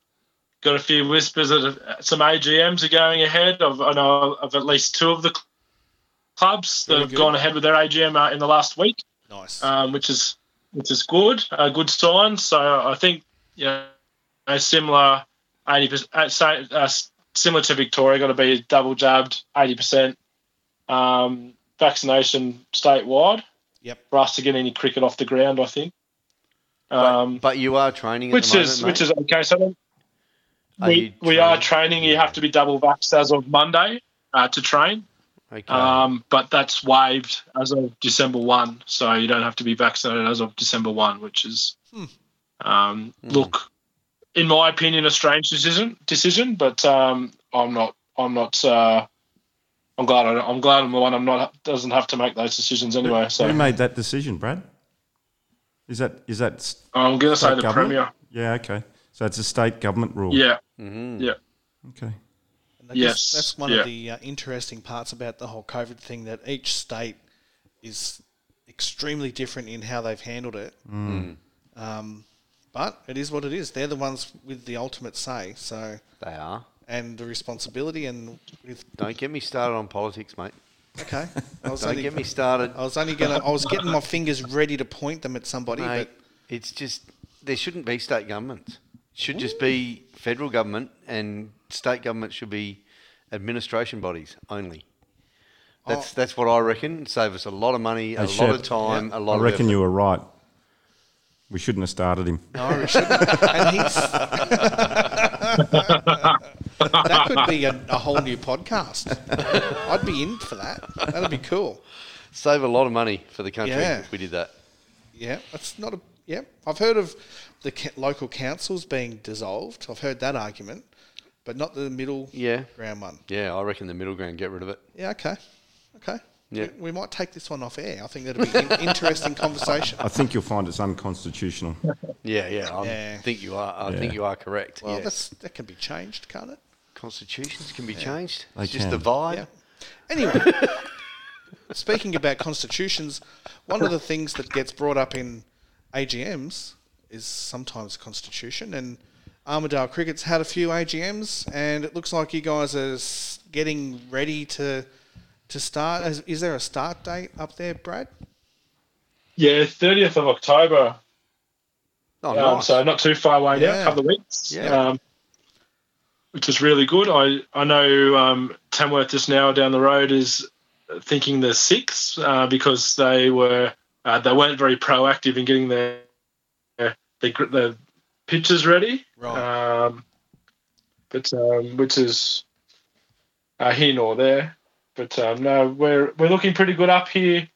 [SPEAKER 5] got a few whispers that some AGMs are going ahead. I've, I know of at least two of the cl- clubs that
[SPEAKER 1] Very
[SPEAKER 5] have
[SPEAKER 1] good.
[SPEAKER 5] gone ahead with their AGM uh, in the last week.
[SPEAKER 1] Nice.
[SPEAKER 5] um, which is which is good, a good sign. So I think you know, a similar eighty percent, uh, similar to Victoria, got to be double jabbed eighty percent um, vaccination statewide.
[SPEAKER 1] Yep.
[SPEAKER 5] For us to get any cricket off the ground, I think. Um,
[SPEAKER 2] But you are training at
[SPEAKER 5] which
[SPEAKER 2] the moment,
[SPEAKER 5] is
[SPEAKER 2] mate.
[SPEAKER 5] which is okay. So then
[SPEAKER 2] Are
[SPEAKER 5] we,
[SPEAKER 2] you
[SPEAKER 5] we are
[SPEAKER 2] training?
[SPEAKER 5] training. You have to be double vaxxed as of Monday uh, to train.
[SPEAKER 2] Okay.
[SPEAKER 5] Um, but that's waived as of December 1. So you don't have to be vaccinated as of December 1, which is,
[SPEAKER 3] Hmm.
[SPEAKER 5] um, look, in my opinion, a strange decision, decision, but, um, I'm not, I'm not, uh, I'm glad, I, I'm glad I'm the one I'm not, doesn't have to make those decisions anyway. So
[SPEAKER 3] Who made that decision, Brad? Is that is that s-
[SPEAKER 5] I'm going to say
[SPEAKER 3] state
[SPEAKER 5] the
[SPEAKER 3] government?
[SPEAKER 5] Premier.
[SPEAKER 3] Yeah. Okay. So it's a state government rule.
[SPEAKER 5] Yeah.
[SPEAKER 3] Mm-hmm. Okay.
[SPEAKER 1] And I guess
[SPEAKER 5] yes,
[SPEAKER 1] that's one
[SPEAKER 5] yeah.
[SPEAKER 1] of the uh, interesting parts about the whole COVID thing that each state is extremely different in how they've handled it. Um, but it is what it is. They're the ones with the ultimate say. So
[SPEAKER 2] they are.
[SPEAKER 1] and the responsibility and with
[SPEAKER 2] Don't get me started on politics, mate.
[SPEAKER 1] okay. I was
[SPEAKER 2] Don't
[SPEAKER 1] only-
[SPEAKER 2] get me started.
[SPEAKER 1] I was only gonna. I was getting my fingers ready to point them at somebody,
[SPEAKER 2] Mate, it's just there shouldn't be state government. It should just be federal government, and state government should be administration bodies only. That's
[SPEAKER 1] Oh.
[SPEAKER 2] that's what I reckon. Save us a lot of money, a
[SPEAKER 3] Hey,
[SPEAKER 2] lot of
[SPEAKER 3] Shep.
[SPEAKER 2] time, a lot
[SPEAKER 3] I
[SPEAKER 2] of
[SPEAKER 3] reckon
[SPEAKER 2] effort.
[SPEAKER 3] you were right. We shouldn't have started him.
[SPEAKER 1] but no, it shouldn't. and he's That could be a, a whole new podcast. I'd be in for that. That'd be cool.
[SPEAKER 2] Save a lot of money for the country
[SPEAKER 1] Yeah.
[SPEAKER 2] if we did that.
[SPEAKER 1] Yeah, that's not a. Yeah, I've heard of the ca- local councils being dissolved. I've heard that argument, but not the middle
[SPEAKER 2] Yeah.
[SPEAKER 1] ground one.
[SPEAKER 2] Yeah, I reckon the middle ground, get rid of it.
[SPEAKER 1] Yeah, okay, okay.
[SPEAKER 2] Yeah.
[SPEAKER 1] We, we might take this one off air. I think that'd be an interesting conversation.
[SPEAKER 3] I think you'll find it's unconstitutional.
[SPEAKER 2] Yeah, yeah. I
[SPEAKER 1] Yeah.
[SPEAKER 2] think you are. I
[SPEAKER 3] Yeah.
[SPEAKER 2] think you are correct.
[SPEAKER 1] Well,
[SPEAKER 2] yeah.
[SPEAKER 1] that's that can be changed, can't it?
[SPEAKER 2] Constitutions can be changed.
[SPEAKER 3] They
[SPEAKER 2] it's just the
[SPEAKER 3] can.
[SPEAKER 2] vibe.
[SPEAKER 1] Yeah. Anyway, speaking about constitutions, one of the things that gets brought up in AGMs is sometimes constitution, and Armadale Cricket's had a few AGMs, and it looks like you guys are s- getting ready to to start. Is, is there a start date up there, Brad?
[SPEAKER 5] Yeah, 30th of October.
[SPEAKER 2] Oh,
[SPEAKER 5] Um,
[SPEAKER 2] nice.
[SPEAKER 5] So not too far away now,
[SPEAKER 1] Yeah.
[SPEAKER 5] a couple of weeks.
[SPEAKER 2] Yeah.
[SPEAKER 5] Um, which is really good. I I know um, Tamworth just now down the road is thinking the sixth uh, because they were uh, they weren't very proactive in getting their their, gr- their pitches ready. Um, but um, which is uh, here nor there. But um, no, we're we're looking pretty good up here.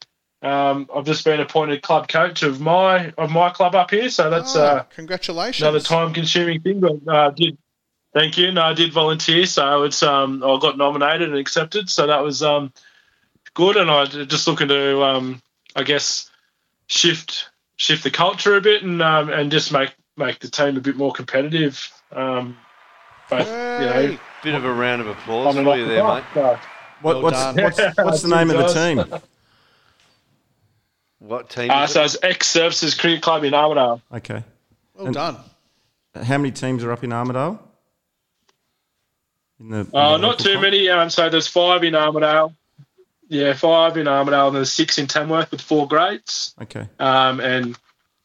[SPEAKER 5] Um, I've just been appointed club coach of my of my club up here, so that's
[SPEAKER 1] Ah,
[SPEAKER 5] uh,
[SPEAKER 1] congratulations.
[SPEAKER 5] another time-consuming thing. But uh, I did thank you. No, I did volunteer, so it's um, I got nominated and accepted, so that was um, good. And I d- just looking to um, I guess shift shift the culture a bit and um, and just make make the team a bit more competitive. Um, both, you know,
[SPEAKER 1] Yay.
[SPEAKER 2] Bit of a round of applause
[SPEAKER 5] on and
[SPEAKER 2] for
[SPEAKER 5] off
[SPEAKER 2] you
[SPEAKER 5] the
[SPEAKER 2] there, mate.
[SPEAKER 5] park, so.
[SPEAKER 3] What,
[SPEAKER 1] Well
[SPEAKER 3] what's,
[SPEAKER 1] done.
[SPEAKER 3] what's, what's the name of the team?
[SPEAKER 2] What team?
[SPEAKER 5] Uh,
[SPEAKER 2] is
[SPEAKER 5] so
[SPEAKER 2] it?
[SPEAKER 5] it's ex services cricket club in Armadale.
[SPEAKER 3] Okay.
[SPEAKER 1] Well
[SPEAKER 3] And-
[SPEAKER 1] done.
[SPEAKER 3] How many teams are up in Armadale? In the, in
[SPEAKER 5] Uh,
[SPEAKER 3] the
[SPEAKER 5] not
[SPEAKER 3] local
[SPEAKER 5] too
[SPEAKER 3] comp?
[SPEAKER 5] many. Um, so there's five in Armadale. Yeah, five in Armadale, and there's six in Tamworth with four grades.
[SPEAKER 3] Okay.
[SPEAKER 5] Um, and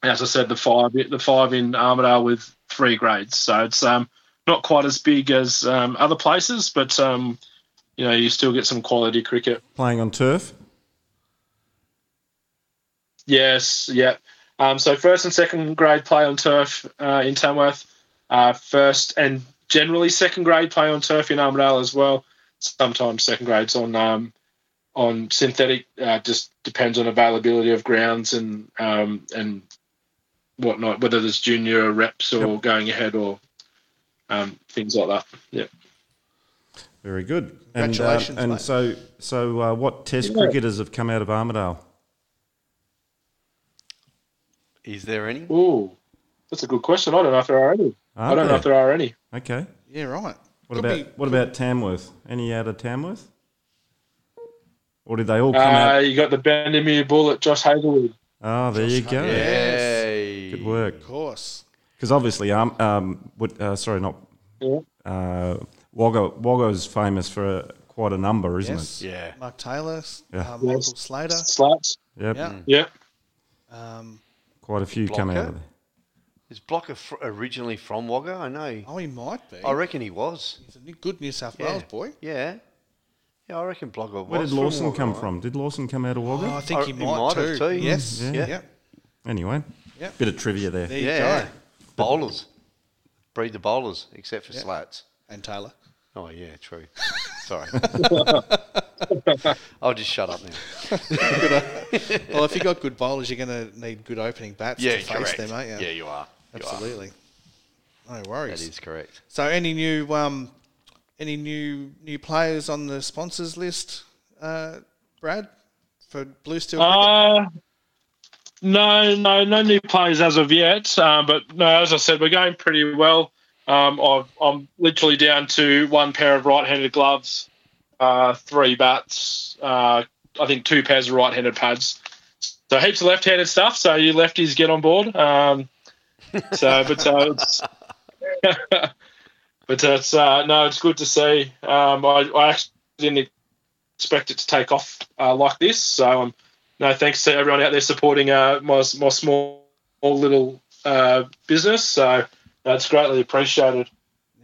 [SPEAKER 5] as I said, the five the five in Armadale with three grades. So it's um, not quite as big as um, other places, but um, you know you still get some quality cricket.
[SPEAKER 3] Playing on turf?
[SPEAKER 5] Yes, yeah. Um, so first and second grade play on turf uh, in Tamworth. Uh, first and generally second grade play on turf in Armadale as well. Sometimes second grades on um, on synthetic. Uh, just depends on availability of grounds and um, and whatnot. Whether there's junior reps or going ahead or um, things like that. Yeah.
[SPEAKER 3] Very good.
[SPEAKER 1] Congratulations,
[SPEAKER 3] And, um, and
[SPEAKER 1] mate.
[SPEAKER 3] so, so uh, what Test
[SPEAKER 5] Yeah.
[SPEAKER 3] cricketers have come out of Armadale?
[SPEAKER 2] Is there any?
[SPEAKER 5] Ooh, that's a good question. I don't know if there are any. I
[SPEAKER 3] Aren't
[SPEAKER 5] don't know if there are any.
[SPEAKER 3] Okay.
[SPEAKER 1] Yeah, right.
[SPEAKER 3] What
[SPEAKER 1] Could
[SPEAKER 3] about
[SPEAKER 1] be-
[SPEAKER 3] what about Tamworth? Any out of Tamworth? Or did they all come
[SPEAKER 5] Uh,
[SPEAKER 3] out?
[SPEAKER 5] you got the Bandamere Bullet, Josh Hazelwood.
[SPEAKER 3] Ah, there you go.
[SPEAKER 1] Yes.
[SPEAKER 2] Yay.
[SPEAKER 3] Good work.
[SPEAKER 1] Of course.
[SPEAKER 3] Because obviously, um, um, what, uh, sorry, not
[SPEAKER 5] Yeah.
[SPEAKER 3] uh, Wagga. Wagga's famous for uh, quite a number, isn't
[SPEAKER 1] Yes.
[SPEAKER 2] Yeah.
[SPEAKER 1] Mark Taylor, s-
[SPEAKER 3] Yeah.
[SPEAKER 1] um,
[SPEAKER 5] Yes.
[SPEAKER 1] Michael Slater.
[SPEAKER 5] Slats.
[SPEAKER 3] it? Yep.
[SPEAKER 1] Yeah.
[SPEAKER 5] Yeah.
[SPEAKER 1] Um,
[SPEAKER 3] Quite a few come out of
[SPEAKER 2] Blocker?
[SPEAKER 3] there.
[SPEAKER 2] Is Blocker fr- originally from Wagga? I know.
[SPEAKER 1] oh, he might be.
[SPEAKER 2] I reckon he was.
[SPEAKER 1] He's a new- good New South
[SPEAKER 2] Yeah.
[SPEAKER 1] Wales boy.
[SPEAKER 2] Yeah. Yeah, I reckon Blocker was.
[SPEAKER 3] Where did
[SPEAKER 2] from
[SPEAKER 3] Lawson
[SPEAKER 2] Wagga,
[SPEAKER 3] come
[SPEAKER 2] right?
[SPEAKER 3] from? Did Lawson come out of Wagga?
[SPEAKER 1] Oh, I think
[SPEAKER 2] Or
[SPEAKER 1] he
[SPEAKER 2] he
[SPEAKER 1] might,
[SPEAKER 2] might
[SPEAKER 1] too.
[SPEAKER 2] have too.
[SPEAKER 1] Yes.
[SPEAKER 3] Mm,
[SPEAKER 1] Yeah.
[SPEAKER 2] yeah.
[SPEAKER 3] Anyway,
[SPEAKER 1] Yep.
[SPEAKER 3] bit of trivia there.
[SPEAKER 1] There you
[SPEAKER 2] Yeah.
[SPEAKER 1] go.
[SPEAKER 2] Bowlers. Breed the bowlers, except for slats.
[SPEAKER 1] And Taylor.
[SPEAKER 2] Oh, yeah, true. Sorry. I'll just shut up now.
[SPEAKER 1] Well, if you got good bowlers, you're going to need good opening bats
[SPEAKER 2] Yeah,
[SPEAKER 1] to face
[SPEAKER 2] correct.
[SPEAKER 1] them, aren't you?
[SPEAKER 2] Yeah, you are. You are.
[SPEAKER 1] Absolutely. No
[SPEAKER 2] That
[SPEAKER 1] worries.
[SPEAKER 2] is correct.
[SPEAKER 1] So, any new um, any new new players on the sponsors list, uh, Brad, for Blue Steel? Cricket?
[SPEAKER 5] Uh, no, no, no new players as of yet. Um, but no, as I said, we're going pretty well. Um, I've, I'm literally down to one pair of right-handed gloves, uh, three bats, uh, I think two pairs of right-handed pads. So heaps of left-handed stuff. So you lefties get on board. Um, so, but uh, it's, but uh, it's uh, no, it's good to see. Um, I, I actually didn't expect it to take off uh, like this. So um, no, thanks to everyone out there supporting uh, my, my small little uh, business. So that's greatly appreciated.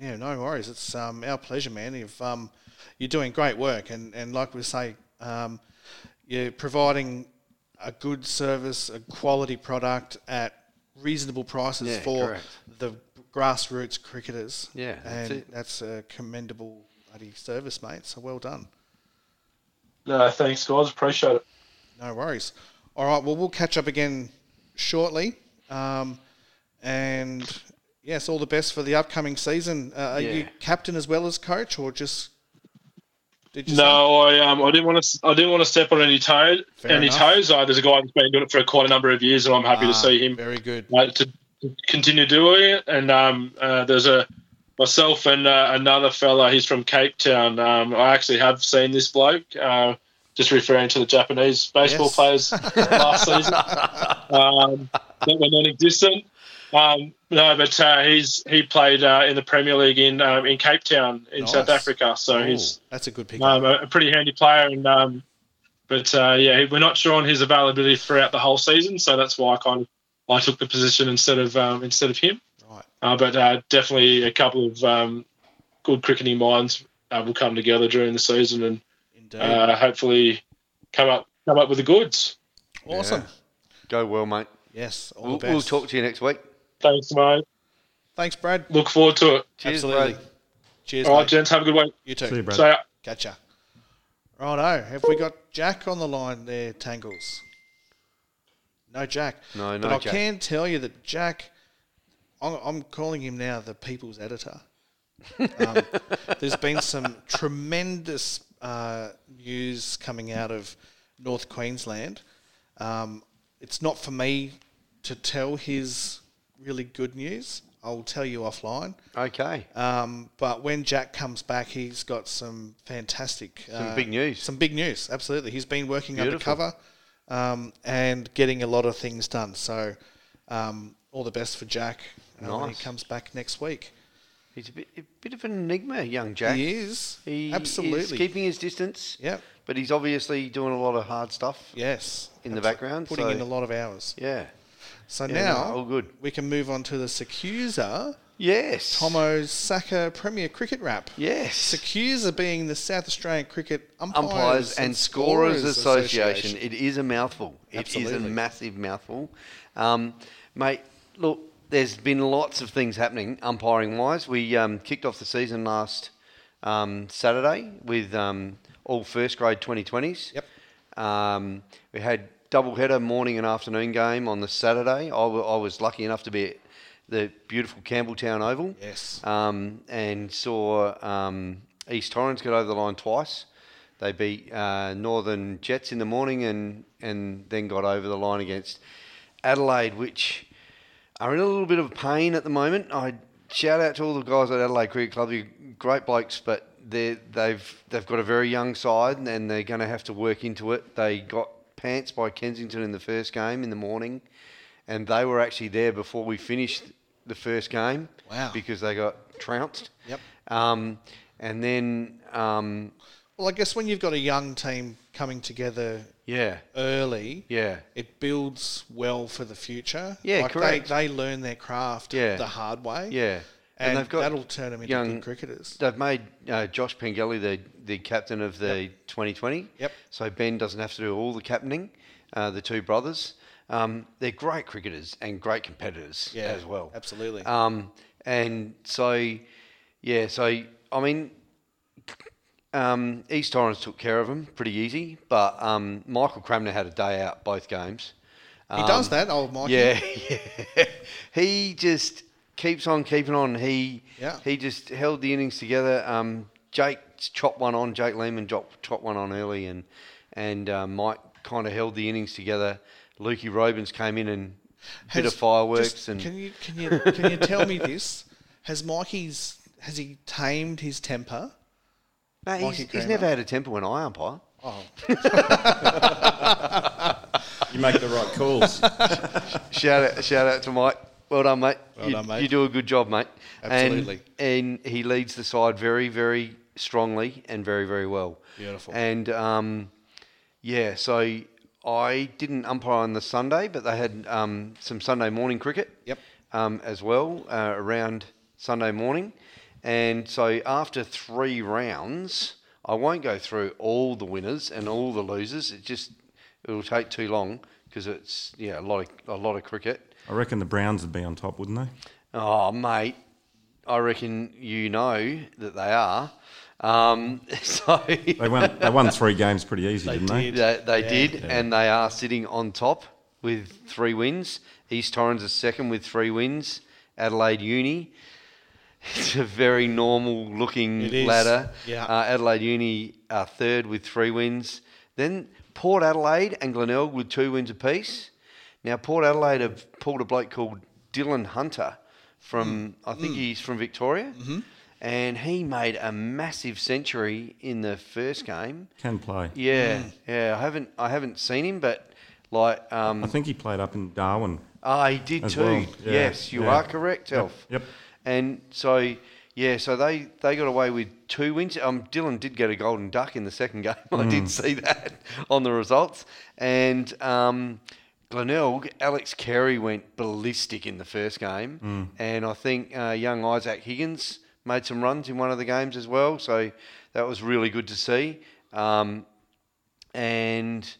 [SPEAKER 1] Yeah, no worries. It's um, our pleasure, man. You've, um, you're doing great work, and, and like we say, um, you're providing a good service, a quality product at reasonable prices
[SPEAKER 2] Yeah,
[SPEAKER 1] for
[SPEAKER 2] correct.
[SPEAKER 1] the grassroots cricketers.
[SPEAKER 2] Yeah, that's
[SPEAKER 1] and
[SPEAKER 2] it.
[SPEAKER 1] that's a commendable bloody service, mate. So well done.
[SPEAKER 5] No, thanks, guys. Appreciate it.
[SPEAKER 1] No worries. All right. Well, we'll catch up again shortly. Um, and yes, all the best for the upcoming season. Uh, are you
[SPEAKER 2] Yeah.
[SPEAKER 1] captain as well as coach, or just did you? say-
[SPEAKER 5] No, I um, I didn't want to. I didn't want to step on any toes.
[SPEAKER 1] Fair
[SPEAKER 5] Any
[SPEAKER 1] enough.
[SPEAKER 5] toes. Uh, there's a guy who's been doing it for quite a number of years, and I'm happy
[SPEAKER 1] Ah,
[SPEAKER 5] to see him
[SPEAKER 1] Very good.
[SPEAKER 5] uh, to to continue doing it. And um, uh, there's a myself and uh, another fella. He's from Cape Town. Um, I actually have seen this bloke. Uh, just referring to the Japanese baseball
[SPEAKER 1] Yes.
[SPEAKER 5] players last season um, that were non-existent. Um, no, but uh, he's he played uh, in the Premier League in um, in Cape Town in
[SPEAKER 1] Nice.
[SPEAKER 5] South Africa. So he's
[SPEAKER 1] That's a good pick.
[SPEAKER 5] um, a, a pretty handy player. And um, but uh, yeah, we're not sure on his availability throughout the whole season, so that's why I kind of I took the position instead of um, instead of him.
[SPEAKER 1] Right.
[SPEAKER 5] Uh, but uh, definitely a couple of um, good cricketing minds uh, will come together during the season and
[SPEAKER 1] Indeed.
[SPEAKER 5] uh, hopefully come up come up with the goods.
[SPEAKER 1] awesome.
[SPEAKER 2] Go well, mate.
[SPEAKER 1] Yes. All
[SPEAKER 2] We'll,
[SPEAKER 1] the best.
[SPEAKER 2] we'll talk to you next week.
[SPEAKER 5] Thanks, mate.
[SPEAKER 1] Thanks, Brad.
[SPEAKER 5] Look forward to it.
[SPEAKER 2] Cheers,
[SPEAKER 1] Absolutely.
[SPEAKER 2] mate.
[SPEAKER 1] Cheers.
[SPEAKER 5] All right,
[SPEAKER 1] mate.
[SPEAKER 5] gents, have a good week.
[SPEAKER 1] You too.
[SPEAKER 3] See you, Brad.
[SPEAKER 5] So yeah.
[SPEAKER 1] Gotcha. Righto. Have we got Jack on the line there, Tangles? No, Jack.
[SPEAKER 2] No, no
[SPEAKER 1] But I
[SPEAKER 2] Jack.
[SPEAKER 1] can tell you that Jack, I'm, I'm calling him now the people's editor. Um, there's been some tremendous uh, news coming out of North Queensland. Um, it's not for me to tell his really good news. I'll tell you offline.
[SPEAKER 2] Okay.
[SPEAKER 1] Um, but when Jack comes back, he's got some fantastic, uh,
[SPEAKER 2] Some big news.
[SPEAKER 1] Some big news, absolutely. He's been working
[SPEAKER 2] Beautiful.
[SPEAKER 1] undercover um, and getting a lot of things done. So, um, all the best for Jack uh, when he
[SPEAKER 2] Nice.
[SPEAKER 1] comes back next week.
[SPEAKER 2] He's a bit, a bit of an enigma, young Jack.
[SPEAKER 1] He is
[SPEAKER 2] He
[SPEAKER 1] absolutely.
[SPEAKER 2] is keeping his distance.
[SPEAKER 1] Yep.
[SPEAKER 2] But he's obviously doing a lot of hard stuff.
[SPEAKER 1] yes,
[SPEAKER 2] in the
[SPEAKER 1] Absolutely.
[SPEAKER 2] background,
[SPEAKER 1] putting
[SPEAKER 2] so-
[SPEAKER 1] in a lot of hours.
[SPEAKER 2] Yeah.
[SPEAKER 1] So
[SPEAKER 2] Yeah,
[SPEAKER 1] now,
[SPEAKER 2] no, all good.
[SPEAKER 1] We can move on to the Secusa
[SPEAKER 2] Yes.
[SPEAKER 1] Tomo Saka Premier Cricket Wrap.
[SPEAKER 2] Yes.
[SPEAKER 1] Secusa being the South Australian Cricket Umpires,
[SPEAKER 2] Umpires and Scorers Association. It is a mouthful. It is
[SPEAKER 1] Absolutely.
[SPEAKER 2] a massive mouthful. Um, mate, look, there's been lots of things happening umpiring wise. We um, kicked off the season last um, Saturday with um, all first grade 2020s.
[SPEAKER 1] Yep.
[SPEAKER 2] Um, we had double header morning and afternoon game on the Saturday. I wa- I was lucky enough to be at the beautiful Campbelltown Oval
[SPEAKER 1] Yes.
[SPEAKER 2] um, and saw um, East Torrens get over the line twice. They beat uh, Northern Jets in the morning and, and then got over the line against Adelaide, which are in a little bit of pain at the moment. I shout out to all the guys at Adelaide Cricket Club. You're great blokes, but they they've they've got a very young side and they're going to have to work into it. They got pants by Kensington in the first game in the morning, and they were actually there before we finished the first game.
[SPEAKER 1] Wow.
[SPEAKER 2] Because they got trounced.
[SPEAKER 1] Yep.
[SPEAKER 2] Um, and then um,
[SPEAKER 1] Well, I guess when you've got a young team coming together
[SPEAKER 2] yeah,
[SPEAKER 1] early,
[SPEAKER 2] yeah.
[SPEAKER 1] it builds well for the future.
[SPEAKER 2] Yeah,
[SPEAKER 1] like
[SPEAKER 2] correct.
[SPEAKER 1] They, they learn their craft
[SPEAKER 2] Yeah.
[SPEAKER 1] the hard way.
[SPEAKER 2] Yeah.
[SPEAKER 1] And,
[SPEAKER 2] they've got
[SPEAKER 1] that'll turn them into
[SPEAKER 2] young-
[SPEAKER 1] good cricketers.
[SPEAKER 2] They've made uh, Josh Pengelly the, the captain of the 2020.
[SPEAKER 1] Yep.
[SPEAKER 2] So Ben doesn't have to do all the captaining, uh, the two brothers. Um, they're great cricketers and great competitors
[SPEAKER 1] Yeah,
[SPEAKER 2] as well.
[SPEAKER 1] absolutely.
[SPEAKER 2] Um, and so, yeah, so, I mean, um, East Torrens took care of him pretty easy, but um, Michael Cramner had a day out both games.
[SPEAKER 1] he does that, old Mikey.
[SPEAKER 2] Yeah, yeah. he just keeps on keeping on. He
[SPEAKER 1] Yeah.
[SPEAKER 2] he just held the innings together. Um, Jake chopped one on. Jake Lehman chopped, chopped one on early, and and uh, Mike kind of held the innings together. Lukey Robins came in and
[SPEAKER 1] Has-
[SPEAKER 2] bit of fireworks
[SPEAKER 1] just-
[SPEAKER 2] and
[SPEAKER 1] Can you can you can you tell me this? Has Mikey's has he tamed his temper?
[SPEAKER 2] No, he's,
[SPEAKER 1] Mikey
[SPEAKER 2] he's
[SPEAKER 1] Kramer.
[SPEAKER 2] never had a temper when I umpire.
[SPEAKER 1] Oh,
[SPEAKER 3] You make the right calls.
[SPEAKER 2] shout out, shout out to Mike. Well done, mate.
[SPEAKER 1] Well
[SPEAKER 2] you,
[SPEAKER 1] done, mate.
[SPEAKER 2] You do a good job, mate. And-
[SPEAKER 1] Absolutely.
[SPEAKER 2] And, he leads the side very, very strongly and very, very well.
[SPEAKER 1] Beautiful.
[SPEAKER 2] And um, yeah, so I didn't umpire on the Sunday, but they had um, some Sunday morning cricket.
[SPEAKER 1] Yep.
[SPEAKER 2] Um, as well uh, around Sunday morning, and so after three rounds, I won't go through all the winners and all the losers. It just it'll take too long because it's yeah a lot of, a lot of cricket.
[SPEAKER 3] I reckon the Browns would be on top, wouldn't they?
[SPEAKER 2] Oh, mate. I reckon you know that they are. Um, so
[SPEAKER 3] They won. They won three games pretty easy, didn't they?
[SPEAKER 2] They, they did, and they are sitting on top with three wins. East Torrens is second with three wins. Adelaide Uni. It's a very normal looking
[SPEAKER 1] It is,
[SPEAKER 2] ladder.
[SPEAKER 1] yeah.
[SPEAKER 2] Uh, Adelaide Uni are third with three wins. Then Port Adelaide and Glenelg with two wins apiece. Now Port Adelaide have pulled a bloke called Dylan Hunter
[SPEAKER 1] Mm.
[SPEAKER 2] from I think he's from Victoria,
[SPEAKER 1] Mm-hmm.
[SPEAKER 2] and he made a massive century in the first game.
[SPEAKER 3] Can play.
[SPEAKER 2] Yeah,
[SPEAKER 3] Mm.
[SPEAKER 2] yeah. I haven't I haven't seen him, but like
[SPEAKER 3] I
[SPEAKER 2] um,
[SPEAKER 3] think he played up in Darwin.
[SPEAKER 2] ah, he did
[SPEAKER 3] As
[SPEAKER 2] too.
[SPEAKER 3] well, yeah,
[SPEAKER 2] yes, you
[SPEAKER 3] yeah.
[SPEAKER 2] are correct, Elf.
[SPEAKER 3] yep.
[SPEAKER 2] And so yeah, so they they got away with two wins. Um, Dylan did get a golden duck in the second game. I
[SPEAKER 3] Mm.
[SPEAKER 2] did see that on the results. And um, Glenelg, Alex Carey went ballistic in the first game,
[SPEAKER 3] Mm.
[SPEAKER 2] and I think uh, young Isaac Higgins made some runs in one of the games as well. So that was really good to see. Um, and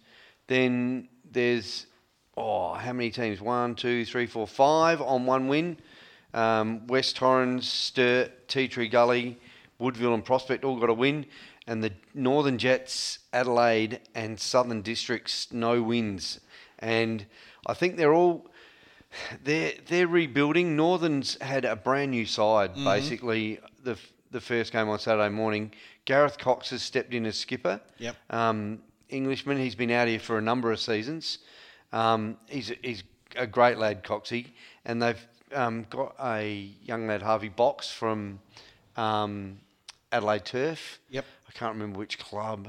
[SPEAKER 2] then there's oh how many teams one two three four five on one win um, west torrens sturt tea tree gully woodville and prospect all got a win and the northern jets adelaide and southern districts no wins and i think they're all they're they're rebuilding. Northern's had a brand new side
[SPEAKER 1] Mm-hmm.
[SPEAKER 2] basically. The f- the first game on Saturday morning, Gareth Cox has stepped in as skipper.
[SPEAKER 1] Yep.
[SPEAKER 2] Um, Englishman, he's been out here for a number of seasons. Um, he's he's a great lad, Coxie, and they've um, got a young lad Harvey Box from um, Adelaide Turf.
[SPEAKER 1] Yep.
[SPEAKER 2] I can't remember which club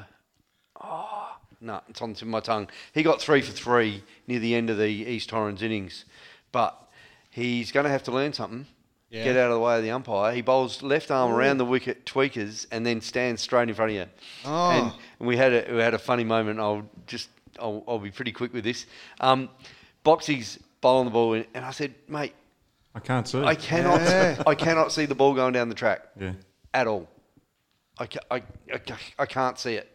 [SPEAKER 2] no, it's on the tip of my tongue. He got three for three near the end of the East Torrens innings, but he's going to have to learn something.
[SPEAKER 1] Yeah.
[SPEAKER 2] Get out of the way of the umpire. He bowls left arm around the wicket tweakers and then stands straight in front of you.
[SPEAKER 1] Oh.
[SPEAKER 2] And, and we had a we had a funny moment. I'll just I'll, I'll be pretty quick with this. Um, Boxy's bowling the ball in, and I said, mate,
[SPEAKER 3] I can't see.
[SPEAKER 2] I cannot I cannot see the ball going down the track
[SPEAKER 3] yeah.
[SPEAKER 2] at all. I, ca- I, I, ca- I can't see it.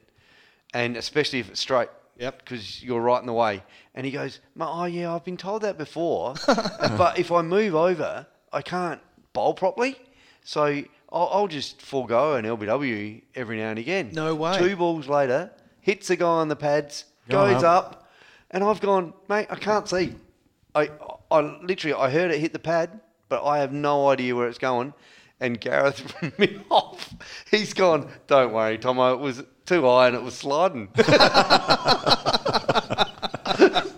[SPEAKER 2] And especially if it's straight.
[SPEAKER 1] Yep.
[SPEAKER 2] Because you're right in the way. And he goes, "Ma- Oh, yeah, I've been told that before. but if I move over, I can't bowl properly. So I'll, I'll just forego an LBW every now and again.
[SPEAKER 1] No way.
[SPEAKER 2] Two balls later, hits a guy on the pads,
[SPEAKER 3] Gone
[SPEAKER 2] goes
[SPEAKER 3] up.
[SPEAKER 2] up. and I've gone, Mate, I can't see. I, I literally, I heard it hit the pad, but I have no idea where it's going. And Gareth from me off, he's gone, don't worry, Tomo, it was too high and it was sliding.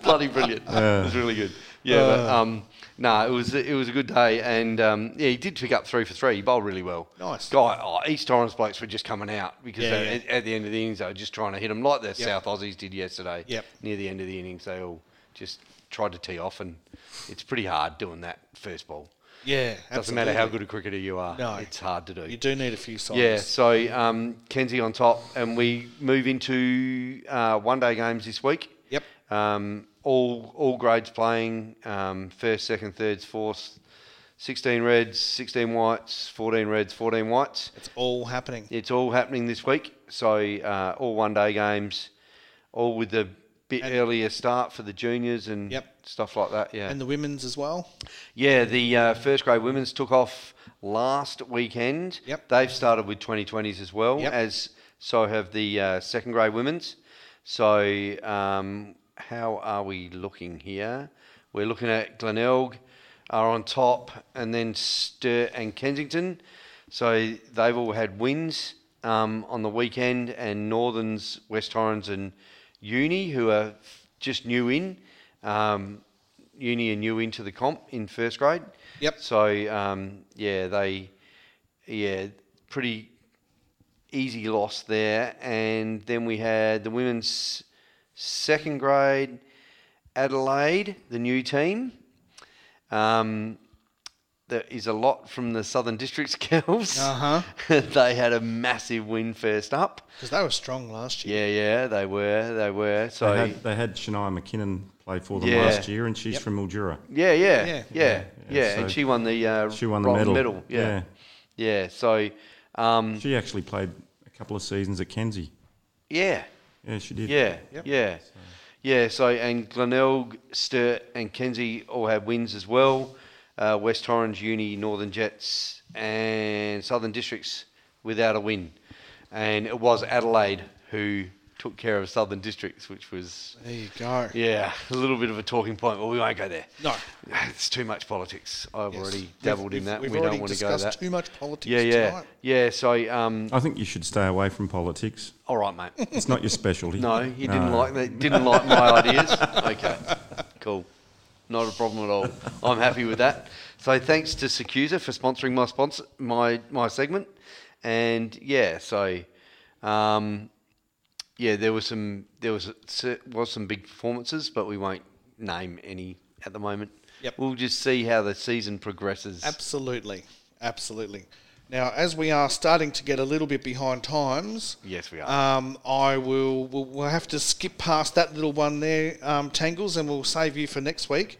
[SPEAKER 2] Bloody brilliant. It was really good. Yeah, but, um, no, it was it was a good day, and um, yeah, he did pick up three for three. He bowled really well.
[SPEAKER 1] Nice.
[SPEAKER 2] guy. Oh, East Torrens blokes were just coming out because
[SPEAKER 1] Yeah,
[SPEAKER 2] they,
[SPEAKER 1] yeah.
[SPEAKER 2] At, at the end of the innings they were just trying to hit him like the South Aussies did yesterday.
[SPEAKER 1] Yep.
[SPEAKER 2] Near the end of the innings, they all just tried to tee off, and it's pretty hard doing that first ball.
[SPEAKER 1] Yeah,
[SPEAKER 2] Doesn't matter how good a cricketer you are.
[SPEAKER 1] No.
[SPEAKER 2] it's hard to do.
[SPEAKER 1] You do need a few sides.
[SPEAKER 2] Yeah, so um, Kenzie on top, and we move into uh, one-day games this week.
[SPEAKER 1] Yep.
[SPEAKER 2] Um, all all grades playing: um, first, second, thirds, fourth. Sixteen reds, sixteen whites, fourteen reds, fourteen whites.
[SPEAKER 1] It's all happening.
[SPEAKER 2] It's all happening this week. So uh, all one-day games, all with a bit earlier start for the juniors and
[SPEAKER 1] Yep.
[SPEAKER 2] stuff like that. Yeah.
[SPEAKER 1] And the women's as well.
[SPEAKER 2] Yeah, the uh, first grade women's took off last weekend.
[SPEAKER 1] Yep.
[SPEAKER 2] They've started with 2020s as well,
[SPEAKER 1] Yep.
[SPEAKER 2] as so have the uh, second grade women's. So, um, how are we looking here? We're looking at Glenelg are on top, and then Sturt and Kensington. So, they've all had wins um, on the weekend, and Northern's, West Torrens, and Uni, who are f- just new in. Um, uni and new into the comp in first grade.
[SPEAKER 1] Yep.
[SPEAKER 2] So um, yeah, they yeah pretty easy loss there, and then we had the women's second grade Adelaide, the new team. Um, there is a lot from the Southern Districts girls.
[SPEAKER 1] Uh-huh.
[SPEAKER 2] they had a massive win first up.
[SPEAKER 1] Because they were strong last year.
[SPEAKER 2] Yeah, yeah, they were, they were. So
[SPEAKER 3] They had, they had Shania McKinnon play for them
[SPEAKER 2] Yeah.
[SPEAKER 3] last year, and she's from Mildura.
[SPEAKER 2] Yeah, yeah,
[SPEAKER 1] Yeah.
[SPEAKER 2] yeah,
[SPEAKER 3] Yeah,
[SPEAKER 2] yeah,
[SPEAKER 3] yeah.
[SPEAKER 2] and
[SPEAKER 3] So
[SPEAKER 2] she won the uh,
[SPEAKER 3] She won the
[SPEAKER 2] bronze
[SPEAKER 3] medal.
[SPEAKER 2] Yeah, yeah. So, um,
[SPEAKER 3] She actually played a couple of seasons at Kenzie.
[SPEAKER 2] yeah,
[SPEAKER 3] Yeah, she did.
[SPEAKER 2] yeah, yeah, yeah. So, and Glenelg, Sturt, and Kenzie all had wins as well. uh, West Orange, Uni, Northern Jets, and Southern Districts without a win. And it was Adelaide who took care of Southern Districts, which was,
[SPEAKER 1] There you go.
[SPEAKER 2] yeah, a little bit of a talking point. Well, we won't go there.
[SPEAKER 1] No.
[SPEAKER 2] It's too much politics. I've
[SPEAKER 1] Yes.
[SPEAKER 2] already
[SPEAKER 1] We've-
[SPEAKER 2] dabbled
[SPEAKER 1] we've-
[SPEAKER 2] in that.
[SPEAKER 1] We've
[SPEAKER 2] we
[SPEAKER 1] already
[SPEAKER 2] don't want to go
[SPEAKER 1] discussed
[SPEAKER 2] that.
[SPEAKER 1] too much politics
[SPEAKER 2] yeah, yeah,
[SPEAKER 1] tonight.
[SPEAKER 2] yeah. So, um,
[SPEAKER 3] I think you should stay away from politics.
[SPEAKER 2] all right, mate.
[SPEAKER 3] It's not your specialty.
[SPEAKER 2] No, you didn't
[SPEAKER 3] No.
[SPEAKER 2] like that. Didn't like my ideas. Okay, cool. Not a problem at all. I'm happy with that. So thanks to Secusa for sponsoring my sponsor, my my segment, and yeah, so um, yeah, there was some there was a- was some big performances, but we won't name any at the moment.
[SPEAKER 1] Yep.
[SPEAKER 2] We'll just see how the season progresses.
[SPEAKER 1] Absolutely. Absolutely. Now, as we are starting to get a little bit behind times,
[SPEAKER 2] Yes, we are.
[SPEAKER 1] um, I will we'll, we'll have to skip past that little one there, um, Tangles, and we'll save you for next week.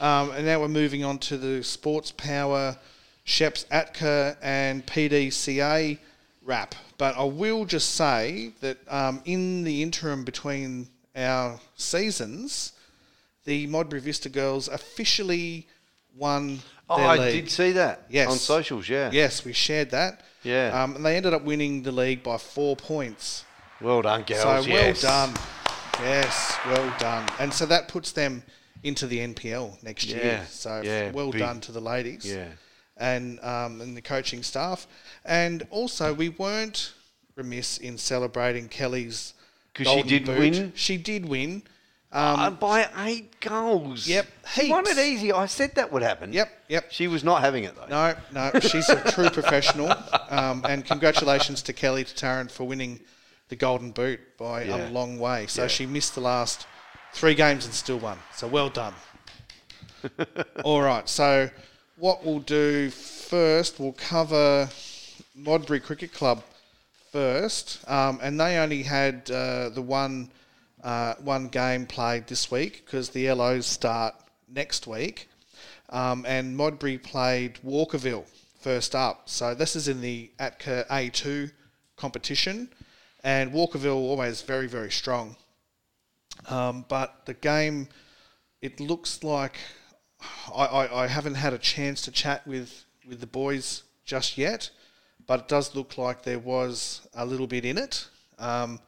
[SPEAKER 1] Um, and now we're moving on to the Sports Power, Sheps Atka and PDCA wrap. But I will just say that um, in the interim between our seasons, the Modbury Vista girls officially won.
[SPEAKER 2] oh,
[SPEAKER 1] their
[SPEAKER 2] I
[SPEAKER 1] league.
[SPEAKER 2] did see that.
[SPEAKER 1] Yes.
[SPEAKER 2] On socials, yeah.
[SPEAKER 1] Yes, we shared that.
[SPEAKER 2] Yeah.
[SPEAKER 1] Um, and they ended up winning the league by four points.
[SPEAKER 2] Well done, girls.
[SPEAKER 1] So
[SPEAKER 2] yes.
[SPEAKER 1] well done. Yes, well done. And so that puts them into the NPL next year.
[SPEAKER 2] Yeah,
[SPEAKER 1] So f-
[SPEAKER 2] yeah,
[SPEAKER 1] well
[SPEAKER 2] big.
[SPEAKER 1] done to the ladies.
[SPEAKER 2] Yeah.
[SPEAKER 1] And um, and the coaching staff. And also we weren't remiss in celebrating Kelly's
[SPEAKER 2] 'Cause she
[SPEAKER 1] golden
[SPEAKER 2] did
[SPEAKER 1] boot.
[SPEAKER 2] win?
[SPEAKER 1] She did win.
[SPEAKER 2] Uh, by eight goals.
[SPEAKER 1] Yep,
[SPEAKER 2] She won it
[SPEAKER 1] heaps.
[SPEAKER 2] easy. I said that would happen.
[SPEAKER 1] Yep, yep.
[SPEAKER 2] She was not having it though.
[SPEAKER 1] No, no, she's a true professional. Um, and congratulations to Kelly Tataran for winning the Golden Boot by
[SPEAKER 2] Yeah.
[SPEAKER 1] a long way. So
[SPEAKER 2] Yeah.
[SPEAKER 1] she missed the last three games and still won. So well done. All right. So what we'll do first, we'll cover Modbury Cricket Club first, um, and they only had uh, the one uh, one game played this week because the LOs start next week, um, and Modbury played Walkerville first up. So this is in the Atka A2 competition, and Walkerville always very very strong. Um, but the game, it looks like I, I, I haven't had a chance to chat with, with the boys just yet, but it does look like there was a little bit in it. Um,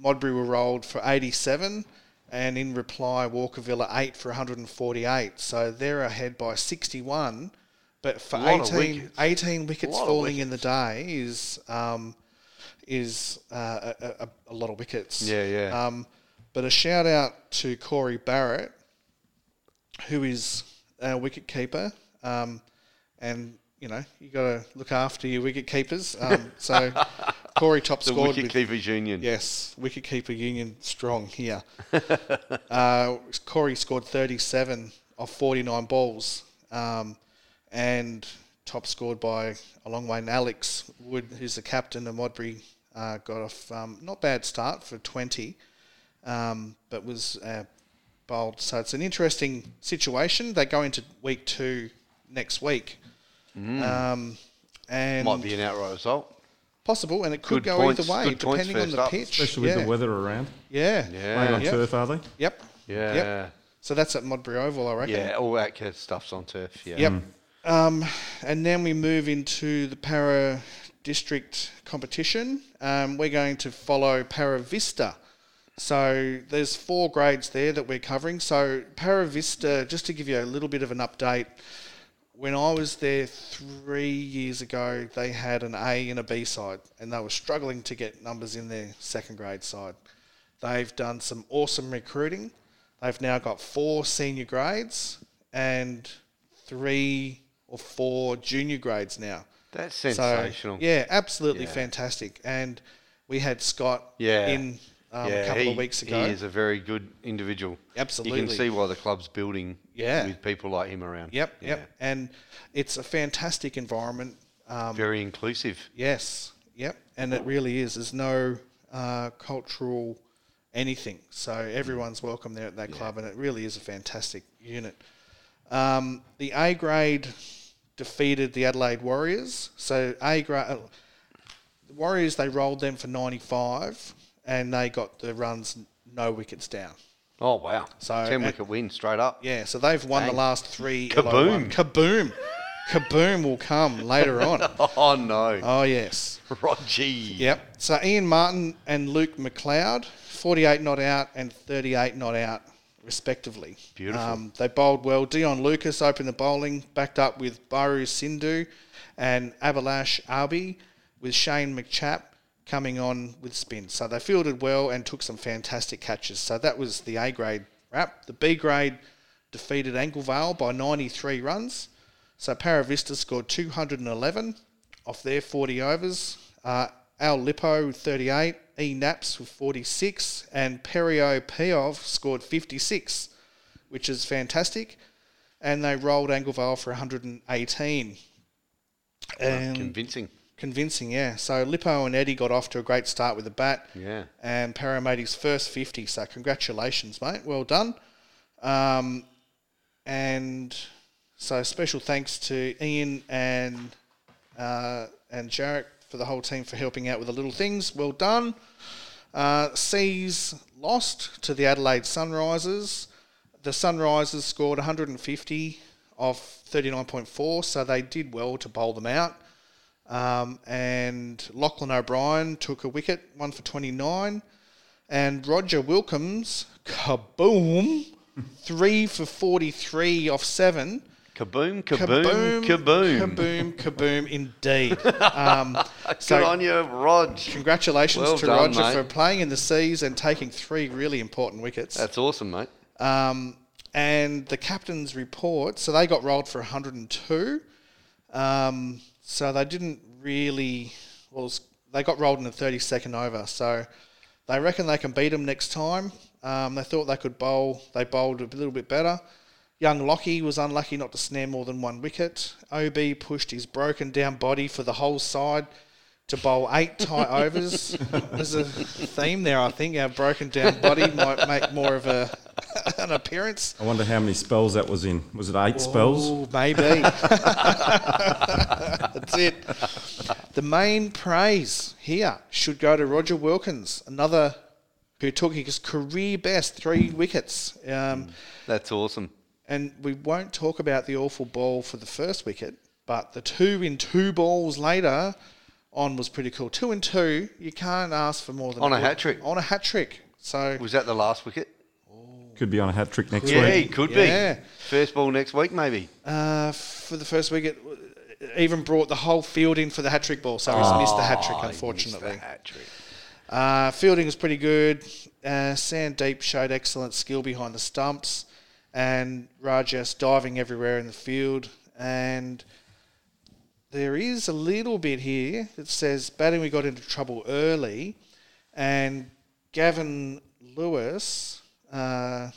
[SPEAKER 1] Modbury were rolled for 87, and in reply, Walkerville are 8 for 148. So they're ahead by 61, but for
[SPEAKER 2] Lot of
[SPEAKER 1] 18,
[SPEAKER 2] wickets.
[SPEAKER 1] 18 wickets
[SPEAKER 2] Lot of
[SPEAKER 1] falling in the day is. Um, is uh, a, a, a lot of wickets.
[SPEAKER 2] Yeah, yeah.
[SPEAKER 1] Um, but a shout out to Corey Barrett, who is our wicket keeper. Um, and, you know, you got to look after your wicket keepers. Um, so Corey top
[SPEAKER 2] the
[SPEAKER 1] scored.
[SPEAKER 2] Wicket
[SPEAKER 1] with-
[SPEAKER 2] Keepers Union.
[SPEAKER 1] Yes, wicket keeper union strong here. uh, Corey scored 37 off 49 balls um, and top scored by a long way. And Alex Wood, who's the captain of Modbury, uh, got off um, not bad start for 20, um, but was uh, bowled. So it's an interesting situation. They go into week two next week. Um, and
[SPEAKER 2] Mm. Might be an outright result.
[SPEAKER 1] possible, and it could
[SPEAKER 2] Good
[SPEAKER 1] go
[SPEAKER 2] points-
[SPEAKER 1] either way
[SPEAKER 2] good points
[SPEAKER 1] depending on
[SPEAKER 2] first
[SPEAKER 1] the
[SPEAKER 2] up.
[SPEAKER 1] pitch.
[SPEAKER 3] Especially
[SPEAKER 1] yeah. Uh,
[SPEAKER 3] with the weather around.
[SPEAKER 1] Yeah.
[SPEAKER 3] Playing on
[SPEAKER 2] Yeah.
[SPEAKER 1] Yep.
[SPEAKER 3] turf, are they?
[SPEAKER 1] Yep.
[SPEAKER 2] Yeah.
[SPEAKER 1] Yep. So that's at Modbury Oval, I reckon.
[SPEAKER 2] Yeah. All that kind of stuff's on turf. Yeah.
[SPEAKER 1] Yep. Um, and then we move into the para district competition. Um, we're going to follow Para Vista. So there's four grades there that we're covering. So Para Vista, just to give you a little bit of an update, when I was there three years ago, they had an A and a B side, and they were struggling to get numbers in their second grade side. They've done some awesome recruiting. They've now got four senior grades and three or four junior grades now.
[SPEAKER 2] That's
[SPEAKER 1] So,
[SPEAKER 2] sensational.
[SPEAKER 1] yeah, absolutely
[SPEAKER 2] Yeah.
[SPEAKER 1] fantastic. And we had Scott
[SPEAKER 2] Yeah.
[SPEAKER 1] in um,
[SPEAKER 2] Yeah,
[SPEAKER 1] a couple
[SPEAKER 2] he,
[SPEAKER 1] of weeks ago.
[SPEAKER 2] He is a very good individual. You
[SPEAKER 1] Absolutely.
[SPEAKER 2] can see why the club's building
[SPEAKER 1] Yeah.
[SPEAKER 2] with people like him around.
[SPEAKER 1] Yep,
[SPEAKER 2] Yeah.
[SPEAKER 1] yep. And it's a fantastic environment. Um,
[SPEAKER 2] Very inclusive.
[SPEAKER 1] Yes. Yep. And it really is. There's no uh, cultural anything. So everyone's welcome there at that club, and it really is a fantastic unit. Um, the A grade defeated the Adelaide Warriors. So A grade. Uh, the Warriors, they rolled them for 95 and they got the runs no wickets down.
[SPEAKER 2] Oh wow!
[SPEAKER 1] So,
[SPEAKER 2] ten
[SPEAKER 1] uh,
[SPEAKER 2] wicket win straight up.
[SPEAKER 1] Yeah, so they've won the
[SPEAKER 2] Dang.
[SPEAKER 1] last three. LO1. Kaboom! Kaboom will come later on.
[SPEAKER 2] Oh no,
[SPEAKER 1] Oh, yes.
[SPEAKER 2] Rogie.
[SPEAKER 1] Yep. So Ian Martin and Luke McLeod, 48 not out and 38 not out, respectively.
[SPEAKER 2] Beautiful.
[SPEAKER 1] Um, they bowled well. Dion Lucas opened the bowling, backed up with Baru Sindhu and Abalash Arby, with Shane McChap coming on with spin. So they fielded well and took some fantastic catches. So that was the A grade wrap. The B grade defeated Anglevale by 93 runs. So Paravista scored 211 off their 40 overs. Uh, Al Lippo 38, E Naps with 46, and Perio Piov scored 56, which is fantastic. And they rolled Anglevale for 118. And
[SPEAKER 2] Convincing.
[SPEAKER 1] convincing, yeah. So Lippo and Eddie got off to a great start with the bat.
[SPEAKER 2] Yeah.
[SPEAKER 1] And Parra made his first 50. So congratulations, mate. Well done. Um, and so special thanks to Ian and uh, and Jarek for the whole team for helping out with the little things. Well done. Uh, C's lost to the Adelaide Sunrisers. The Sunrisers scored 150 off 39.4, so they did well to bowl them out. Um, and Lachlan O'Brien took a wicket, one for 29. And Roger Wilkins, kaboom, three for 43 off seven.
[SPEAKER 2] Kaboom! Kaboom! Kaboom!
[SPEAKER 1] Kaboom, kaboom, indeed. Um, so
[SPEAKER 2] Good on you, Rog.
[SPEAKER 1] congratulations
[SPEAKER 2] Well
[SPEAKER 1] to
[SPEAKER 2] done,
[SPEAKER 1] Roger
[SPEAKER 2] mate.
[SPEAKER 1] for playing in the seas and taking three really important wickets.
[SPEAKER 2] That's awesome, mate.
[SPEAKER 1] Um, and the captain's report, so they got rolled for 102. Um, so they didn't really, well, it was- they got rolled in the 32nd over. So they reckon they can beat them next time. Um, they thought they could bowl, they bowled a little bit better. Young Lockie was unlucky not to snare more than one wicket. OB pushed his broken down body for the whole side to bowl eight tight overs. There's a theme there, I think. Our broken down body might make more of a an appearance.
[SPEAKER 3] I wonder how many spells that was in. Was it eight spells?
[SPEAKER 1] Ooh, Oh, maybe. That's it. The main praise here should go to Roger Wilkins, another who took his career best three wickets.
[SPEAKER 2] Hmm.
[SPEAKER 1] Um,
[SPEAKER 2] That's awesome.
[SPEAKER 1] and we won't talk about the awful ball for the first wicket, but the two in two balls later on was pretty cool. Two in two, you can't ask for more than
[SPEAKER 2] On a
[SPEAKER 1] good-
[SPEAKER 2] hat-trick.
[SPEAKER 1] On a hat trick. So
[SPEAKER 2] Was that the last wicket?
[SPEAKER 3] Could be on a hat trick next
[SPEAKER 2] Yeah, he
[SPEAKER 3] week.
[SPEAKER 2] could
[SPEAKER 1] Yeah.
[SPEAKER 2] be. First ball next week, maybe.
[SPEAKER 1] uh, for the first wicket, uh, even brought the whole field in for the hat trick ball, so he's Oh, Ah, missed the hat trick, unfortunately.
[SPEAKER 2] Hat trick.
[SPEAKER 1] Uh, fielding was pretty good. Uh, Sandeep showed excellent skill behind the stumps, and Rajas diving everywhere in the field. And there is a little bit here that says batting we got into trouble early, and Gavin Lewis uh,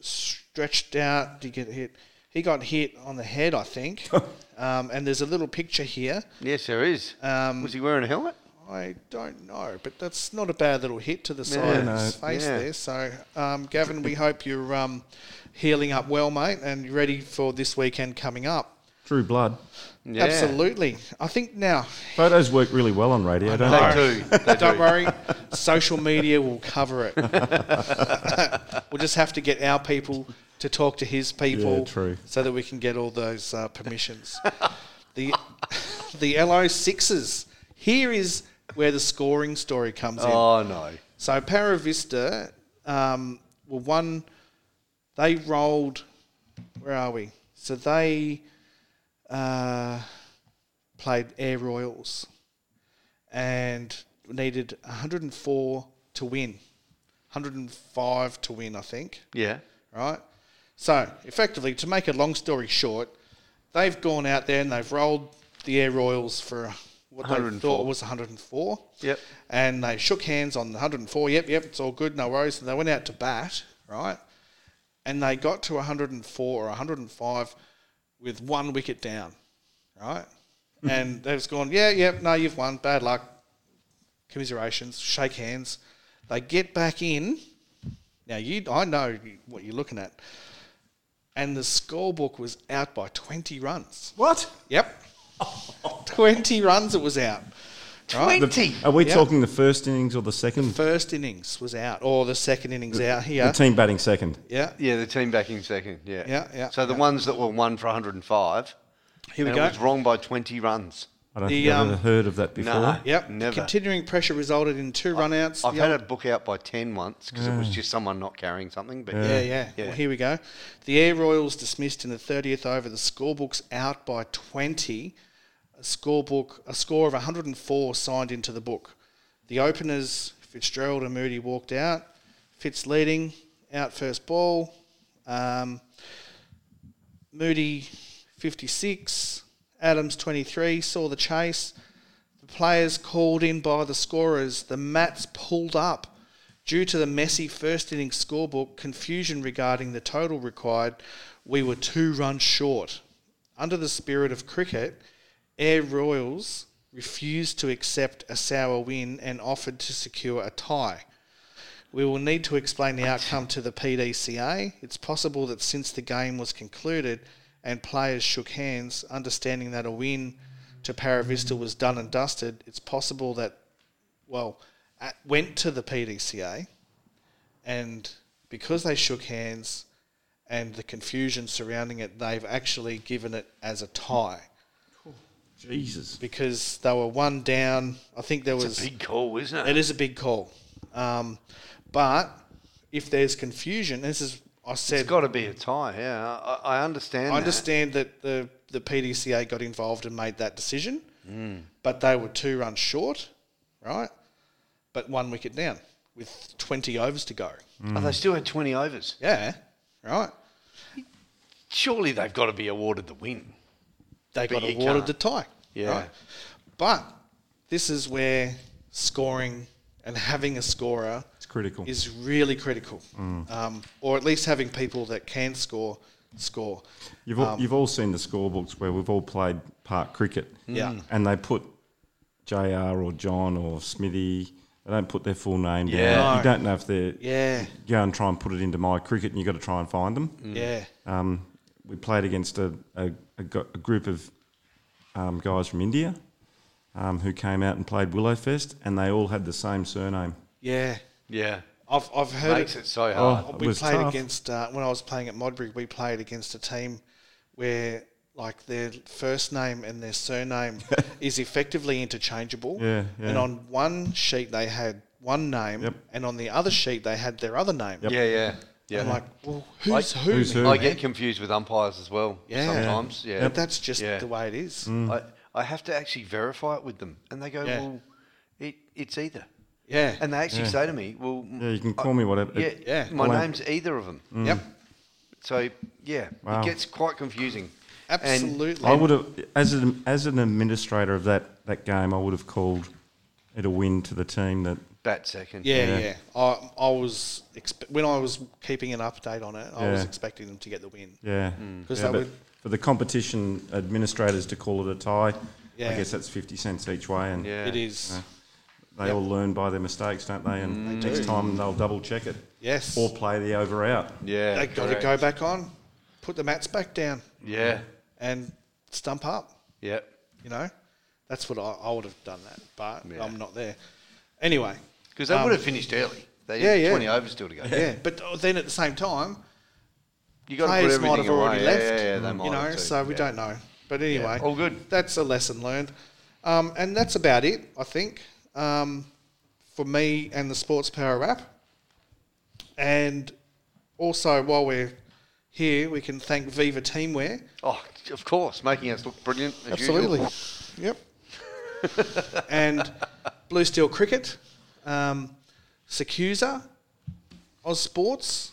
[SPEAKER 1] stretched out to get hit. He got hit on the head, I think. um, and there's a little picture here.
[SPEAKER 2] Yes, there is.
[SPEAKER 1] Um,
[SPEAKER 2] was he wearing a helmet?
[SPEAKER 1] I don't know, but that's not a bad little hit to the side of
[SPEAKER 2] No,
[SPEAKER 1] his face
[SPEAKER 2] yeah.
[SPEAKER 1] there. So, um, Gavin, we hope you're um, healing up well, mate, and you're ready for this weekend coming up.
[SPEAKER 3] True blood.
[SPEAKER 2] Yeah.
[SPEAKER 1] Absolutely. I think now,
[SPEAKER 3] Photos work really well on radio, don't
[SPEAKER 2] They
[SPEAKER 3] they?
[SPEAKER 2] do. They
[SPEAKER 1] don't
[SPEAKER 2] do.
[SPEAKER 1] worry, social media will cover it. we'll just have to get our people to talk to his people
[SPEAKER 3] Yeah, true.
[SPEAKER 1] so that we can get all those uh, permissions. the the LO6s. Here is where the scoring story comes in.
[SPEAKER 2] Oh no.
[SPEAKER 1] So Para Vista um, were one. They rolled. Where are we? So they uh, played Air Royals and needed 104 to win, 105 to win, I think
[SPEAKER 2] Yeah.
[SPEAKER 1] right? So, effectively, to make a long story short, they've gone out there and they've rolled the Air Royals for what they
[SPEAKER 2] 104.
[SPEAKER 1] thought was 104.
[SPEAKER 2] Yep.
[SPEAKER 1] And they shook hands on the 104. Yep, yep, it's all good, no worries. And they went out to bat, right? And they got to 104 or 105 with one wicket down, right? and they've gone, yeah, yep, no, you've won, bad luck, commiserations, shake hands. They get back in. Now you, I know what you're looking at. And the scorebook was out by 20 runs.
[SPEAKER 3] What?
[SPEAKER 1] Yep, 20 runs it was out. Right.
[SPEAKER 2] Twenty.
[SPEAKER 3] Are we
[SPEAKER 1] Yeah.
[SPEAKER 3] talking the first innings or the second?
[SPEAKER 1] First innings was out, or the second innings out here.
[SPEAKER 3] The team batting second.
[SPEAKER 1] yeah,
[SPEAKER 2] Yeah, the team backing second. Yeah.
[SPEAKER 1] Yeah, yeah,
[SPEAKER 2] So the
[SPEAKER 1] yeah.
[SPEAKER 2] ones that were one for 105,
[SPEAKER 1] here we
[SPEAKER 2] and
[SPEAKER 1] go.
[SPEAKER 2] it was wrong by 20 runs.
[SPEAKER 3] I don't
[SPEAKER 1] The,
[SPEAKER 3] think I've
[SPEAKER 1] um,
[SPEAKER 3] ever heard of that before.
[SPEAKER 2] No.
[SPEAKER 1] Yep.
[SPEAKER 2] Never.
[SPEAKER 1] Continuing pressure resulted in two runouts.
[SPEAKER 2] I've
[SPEAKER 1] The
[SPEAKER 2] had
[SPEAKER 1] old-
[SPEAKER 2] a book out by 10 once because it was just someone not carrying something. But
[SPEAKER 1] Mm. yeah, yeah.
[SPEAKER 2] Yeah.
[SPEAKER 1] Well, here we go. The Air Royals dismissed in the 30th over. The scorebook's out by 20. A scorebook, a score of 104 signed into the book. The openers, Fitzgerald and Moody, walked out. Fitz leading, out first ball. Um, Moody, 56. Adams, 23, saw the chase. The players called in by the scorers. The mats pulled up. Due to the messy first inning scorebook, confusion regarding the total required, we were two runs short. Under the spirit of cricket, Air Royals refused to accept a sour win and offered to secure a tie. We will need to explain the outcome to the PDCA. It's possible that since the game was concluded and players shook hands, understanding that a win to Paravista was done and dusted, it's possible that, well, at, went to the PDCA and because they shook hands and the confusion surrounding it, they've actually given it as a tie
[SPEAKER 3] Jesus.
[SPEAKER 1] because they were one down. I think there was.
[SPEAKER 2] it's a big call, isn't it?
[SPEAKER 1] It is a big call. Um, but if there's confusion, this is I
[SPEAKER 2] It's
[SPEAKER 1] said.
[SPEAKER 2] got to be a tie. Yeah, I, I understand.
[SPEAKER 1] I
[SPEAKER 2] that.
[SPEAKER 1] understand that the the PDCA got involved and made that decision,
[SPEAKER 2] Mm.
[SPEAKER 1] but they were two runs short, right? But one wicket down with 20 overs to go.
[SPEAKER 2] Oh, they still had 20 overs.
[SPEAKER 1] Yeah, right.
[SPEAKER 2] Surely they've got to be awarded the win.
[SPEAKER 1] They
[SPEAKER 2] But
[SPEAKER 1] got
[SPEAKER 2] you
[SPEAKER 1] awarded
[SPEAKER 2] can't.
[SPEAKER 1] the tie.
[SPEAKER 2] Yeah.
[SPEAKER 1] right? But this is where scoring and having a scorer
[SPEAKER 3] It's critical. Mm.
[SPEAKER 1] is really critical, um, or at least having people that can score score.
[SPEAKER 3] You've
[SPEAKER 1] um,
[SPEAKER 3] all, you've all seen the scorebooks where we've all played park cricket.
[SPEAKER 1] Hmm. Yeah.
[SPEAKER 3] And they put JR or John or Smithy, they don't put their full name
[SPEAKER 2] Yeah.
[SPEAKER 3] down.
[SPEAKER 1] No.
[SPEAKER 3] You don't know if they're.
[SPEAKER 1] Yeah,
[SPEAKER 3] Go and try and put it into my cricket, and you've got to try and find them.
[SPEAKER 1] yeah,
[SPEAKER 3] Um, we played against a, a, a, go- a group of um, guys from India um, who came out and played Willowfest, and they all had the same surname.
[SPEAKER 1] yeah.
[SPEAKER 2] Yeah,
[SPEAKER 1] I've I've heard
[SPEAKER 2] makes
[SPEAKER 1] it.
[SPEAKER 2] it so hard.
[SPEAKER 3] it
[SPEAKER 1] we
[SPEAKER 3] was
[SPEAKER 1] played
[SPEAKER 3] tough.
[SPEAKER 1] against uh, when I was playing at Modbury. We played against a team where like their first name and their surname is effectively interchangeable.
[SPEAKER 3] Yeah,
[SPEAKER 1] And
[SPEAKER 3] yeah.
[SPEAKER 1] on one sheet they had one name,
[SPEAKER 3] Yep.
[SPEAKER 1] and on the other sheet they had their other name.
[SPEAKER 2] Yeah, yeah, yeah.
[SPEAKER 1] I'm like, well, who's who?
[SPEAKER 3] Who's
[SPEAKER 1] man?
[SPEAKER 3] who?
[SPEAKER 2] I get confused with umpires as well.
[SPEAKER 1] Yeah.
[SPEAKER 2] sometimes. Yeah,
[SPEAKER 1] But that's just
[SPEAKER 2] Yeah.
[SPEAKER 1] the way it is.
[SPEAKER 3] Mm.
[SPEAKER 2] I, I have to actually verify it with them, and they go,
[SPEAKER 1] Yeah.
[SPEAKER 2] "Well, it, it's either."
[SPEAKER 1] Yeah.
[SPEAKER 2] And they actually say to me, "Well, m-
[SPEAKER 3] Yeah, you can
[SPEAKER 2] I-
[SPEAKER 3] call me whatever.
[SPEAKER 2] yeah,
[SPEAKER 1] yeah. Hmm.
[SPEAKER 2] my
[SPEAKER 3] Well, I-
[SPEAKER 2] name's either of them."
[SPEAKER 1] Yep.
[SPEAKER 2] So yeah,
[SPEAKER 3] Wow.
[SPEAKER 2] it gets quite confusing. And-
[SPEAKER 1] Absolutely.
[SPEAKER 3] I would have, as an, as an administrator of that, that game, I would have called it a win to the team that
[SPEAKER 2] Bat second.
[SPEAKER 1] Yeah, yeah.
[SPEAKER 3] Yeah.
[SPEAKER 1] I, I was expe- when I was keeping an update on it, I was
[SPEAKER 3] Yeah.
[SPEAKER 1] expecting them to get the win.
[SPEAKER 3] Yeah.
[SPEAKER 1] 'Cause
[SPEAKER 3] Yeah,
[SPEAKER 1] they
[SPEAKER 3] but
[SPEAKER 1] would-
[SPEAKER 3] for the competition administrators to call it a tie,
[SPEAKER 1] Yeah.
[SPEAKER 3] I guess that's 50 cents each way, and
[SPEAKER 2] Yeah.
[SPEAKER 1] It is,
[SPEAKER 3] they all learn by their mistakes, don't they? And next
[SPEAKER 1] do.
[SPEAKER 3] time they'll double check it
[SPEAKER 1] yes.
[SPEAKER 3] or play the over out.
[SPEAKER 2] Yeah.
[SPEAKER 1] they got to go
[SPEAKER 2] correct.
[SPEAKER 1] back on, put the mats back down,
[SPEAKER 2] Yeah.
[SPEAKER 1] and stump up.
[SPEAKER 2] Yeah.
[SPEAKER 1] You know, that's what I, I would have done that, but
[SPEAKER 2] Yeah.
[SPEAKER 1] I'm not there. Anyway,
[SPEAKER 2] Because they would have finished early. They
[SPEAKER 1] yeah,
[SPEAKER 2] had
[SPEAKER 1] yeah.
[SPEAKER 2] 20 overs still to go.
[SPEAKER 1] yeah. But then at the same time,
[SPEAKER 2] You got to put
[SPEAKER 1] players
[SPEAKER 2] everything
[SPEAKER 1] might have already
[SPEAKER 2] away.
[SPEAKER 1] left.
[SPEAKER 2] Yeah, yeah, yeah, they might
[SPEAKER 1] you know,
[SPEAKER 2] have too.
[SPEAKER 1] so we
[SPEAKER 2] Yeah.
[SPEAKER 1] don't know. But anyway,
[SPEAKER 2] all good.
[SPEAKER 1] That's a lesson learned, um, and that's about it, I think, um, for me and the Sports Power Wrap. And also, while we're here, we can thank Viva Teamwear.
[SPEAKER 2] Oh, of course, making us look brilliant. As
[SPEAKER 1] Absolutely.
[SPEAKER 2] Usual.
[SPEAKER 1] Yep. and Blue Steel Cricket, um, Secusa, Oz Sports,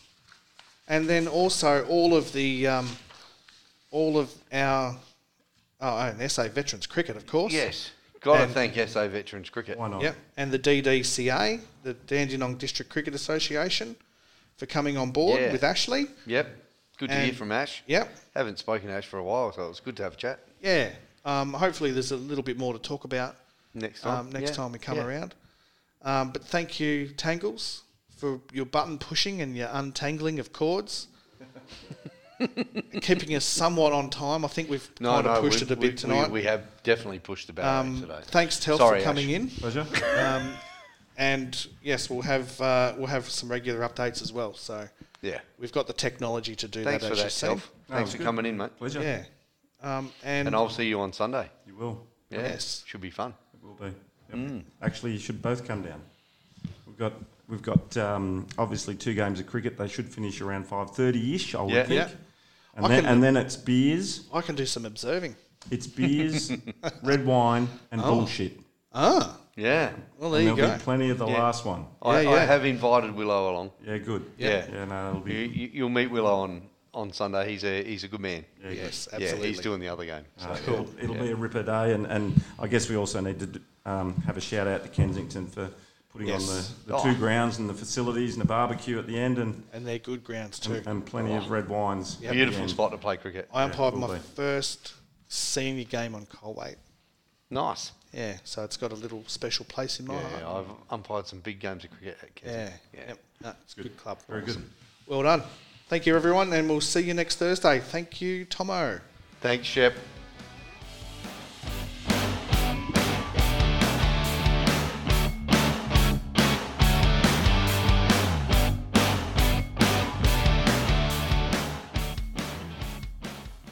[SPEAKER 1] and then also all of the um, all of our oh, and SA Veterans Cricket, of course.
[SPEAKER 2] Yes. Got to
[SPEAKER 1] And-
[SPEAKER 2] thank SA Veterans Cricket.
[SPEAKER 3] Why not?
[SPEAKER 1] Yep. And the DDCA, the Dandenong District Cricket Association, for coming on board
[SPEAKER 2] Yeah.
[SPEAKER 1] with Ashley.
[SPEAKER 2] Yep. Good to
[SPEAKER 1] And-
[SPEAKER 2] hear from Ash.
[SPEAKER 1] Yep.
[SPEAKER 2] Haven't spoken to Ash for a while, so it's good to have a chat
[SPEAKER 1] Yeah. Um, hopefully, there's a little bit more to talk about
[SPEAKER 2] next time.
[SPEAKER 1] um, next
[SPEAKER 2] Yeah,
[SPEAKER 1] time we come
[SPEAKER 2] yeah.
[SPEAKER 1] around. Um, but thank you, Tangles, for your button pushing and your untangling of cords. keeping us somewhat on time. I think we've
[SPEAKER 2] No,
[SPEAKER 1] kind
[SPEAKER 2] no,
[SPEAKER 1] of pushed
[SPEAKER 2] we-
[SPEAKER 1] it a
[SPEAKER 2] we-
[SPEAKER 1] bit tonight.
[SPEAKER 2] We, we have definitely pushed the barrier
[SPEAKER 1] um,
[SPEAKER 2] today.
[SPEAKER 1] thanks, Tel,
[SPEAKER 2] Sorry,
[SPEAKER 1] for coming
[SPEAKER 2] Ash.
[SPEAKER 1] in.
[SPEAKER 3] Pleasure.
[SPEAKER 1] Um, and yes, we'll have uh, we'll have some regular updates as well. So
[SPEAKER 2] Yeah.
[SPEAKER 1] we've got the technology to do
[SPEAKER 2] Thanks
[SPEAKER 1] that.
[SPEAKER 2] for
[SPEAKER 1] as you
[SPEAKER 2] that,
[SPEAKER 1] say.
[SPEAKER 2] Self. Thanks
[SPEAKER 3] it's
[SPEAKER 2] for
[SPEAKER 3] good.
[SPEAKER 2] coming in, mate.
[SPEAKER 3] Pleasure.
[SPEAKER 1] Yeah. Um, and
[SPEAKER 2] And I'll see you on Sunday.
[SPEAKER 3] You will.
[SPEAKER 2] Yeah,
[SPEAKER 1] Yes.
[SPEAKER 2] Should be fun.
[SPEAKER 3] It will be. Yep.
[SPEAKER 1] Mm.
[SPEAKER 3] Actually, you should both come down. We've got we've got um, obviously two games of cricket. They should finish around five thirty ish. I would
[SPEAKER 2] Yeah.
[SPEAKER 3] think.
[SPEAKER 1] Yeah.
[SPEAKER 3] And
[SPEAKER 1] I
[SPEAKER 3] then,
[SPEAKER 1] can-
[SPEAKER 3] and then it's beers,
[SPEAKER 1] I can do some observing.
[SPEAKER 3] it's beers, red wine, and bullshit.
[SPEAKER 1] Ah,
[SPEAKER 2] Yeah.
[SPEAKER 1] well Oh, there
[SPEAKER 3] and
[SPEAKER 1] you
[SPEAKER 3] there'll
[SPEAKER 1] go.
[SPEAKER 3] be plenty of the
[SPEAKER 2] Yeah.
[SPEAKER 3] last one.
[SPEAKER 2] I,
[SPEAKER 1] Yeah,
[SPEAKER 2] I
[SPEAKER 1] yeah.
[SPEAKER 2] have invited Willow along.
[SPEAKER 3] Yeah, good.
[SPEAKER 2] Yeah.
[SPEAKER 3] yeah. No, it'll
[SPEAKER 2] You,
[SPEAKER 3] be.
[SPEAKER 2] you, you'll meet Willow on, on Sunday. He's a he's a good man. Yeah, Ah.
[SPEAKER 1] yes, absolutely.
[SPEAKER 2] he's doing the other game. So.
[SPEAKER 3] uh, It'll, it'll be a ripper day, and, and I guess we also need to d- um, have a shout out to Kensington for putting
[SPEAKER 1] Yes. Oh.
[SPEAKER 3] on the, the two grounds and the facilities and the barbecue at the end, and
[SPEAKER 1] and they're good grounds too.
[SPEAKER 3] and, and plenty of red wines. at the
[SPEAKER 2] Beautiful
[SPEAKER 3] end.
[SPEAKER 2] spot to play cricket.
[SPEAKER 1] I umpired
[SPEAKER 3] will
[SPEAKER 1] my
[SPEAKER 3] be.
[SPEAKER 1] first senior game on Colweight.
[SPEAKER 2] Nice.
[SPEAKER 1] Yeah, so it's got a little special place in my
[SPEAKER 2] Yeah,
[SPEAKER 1] heart.
[SPEAKER 2] I've umpired some big games of cricket. At Kensington.
[SPEAKER 1] Yeah, Yep. No, it's a good club.
[SPEAKER 3] Very good.
[SPEAKER 1] Well done. Thank you, everyone, and we'll see you next Thursday. Thank you, Tomo.
[SPEAKER 2] Thanks, Shep.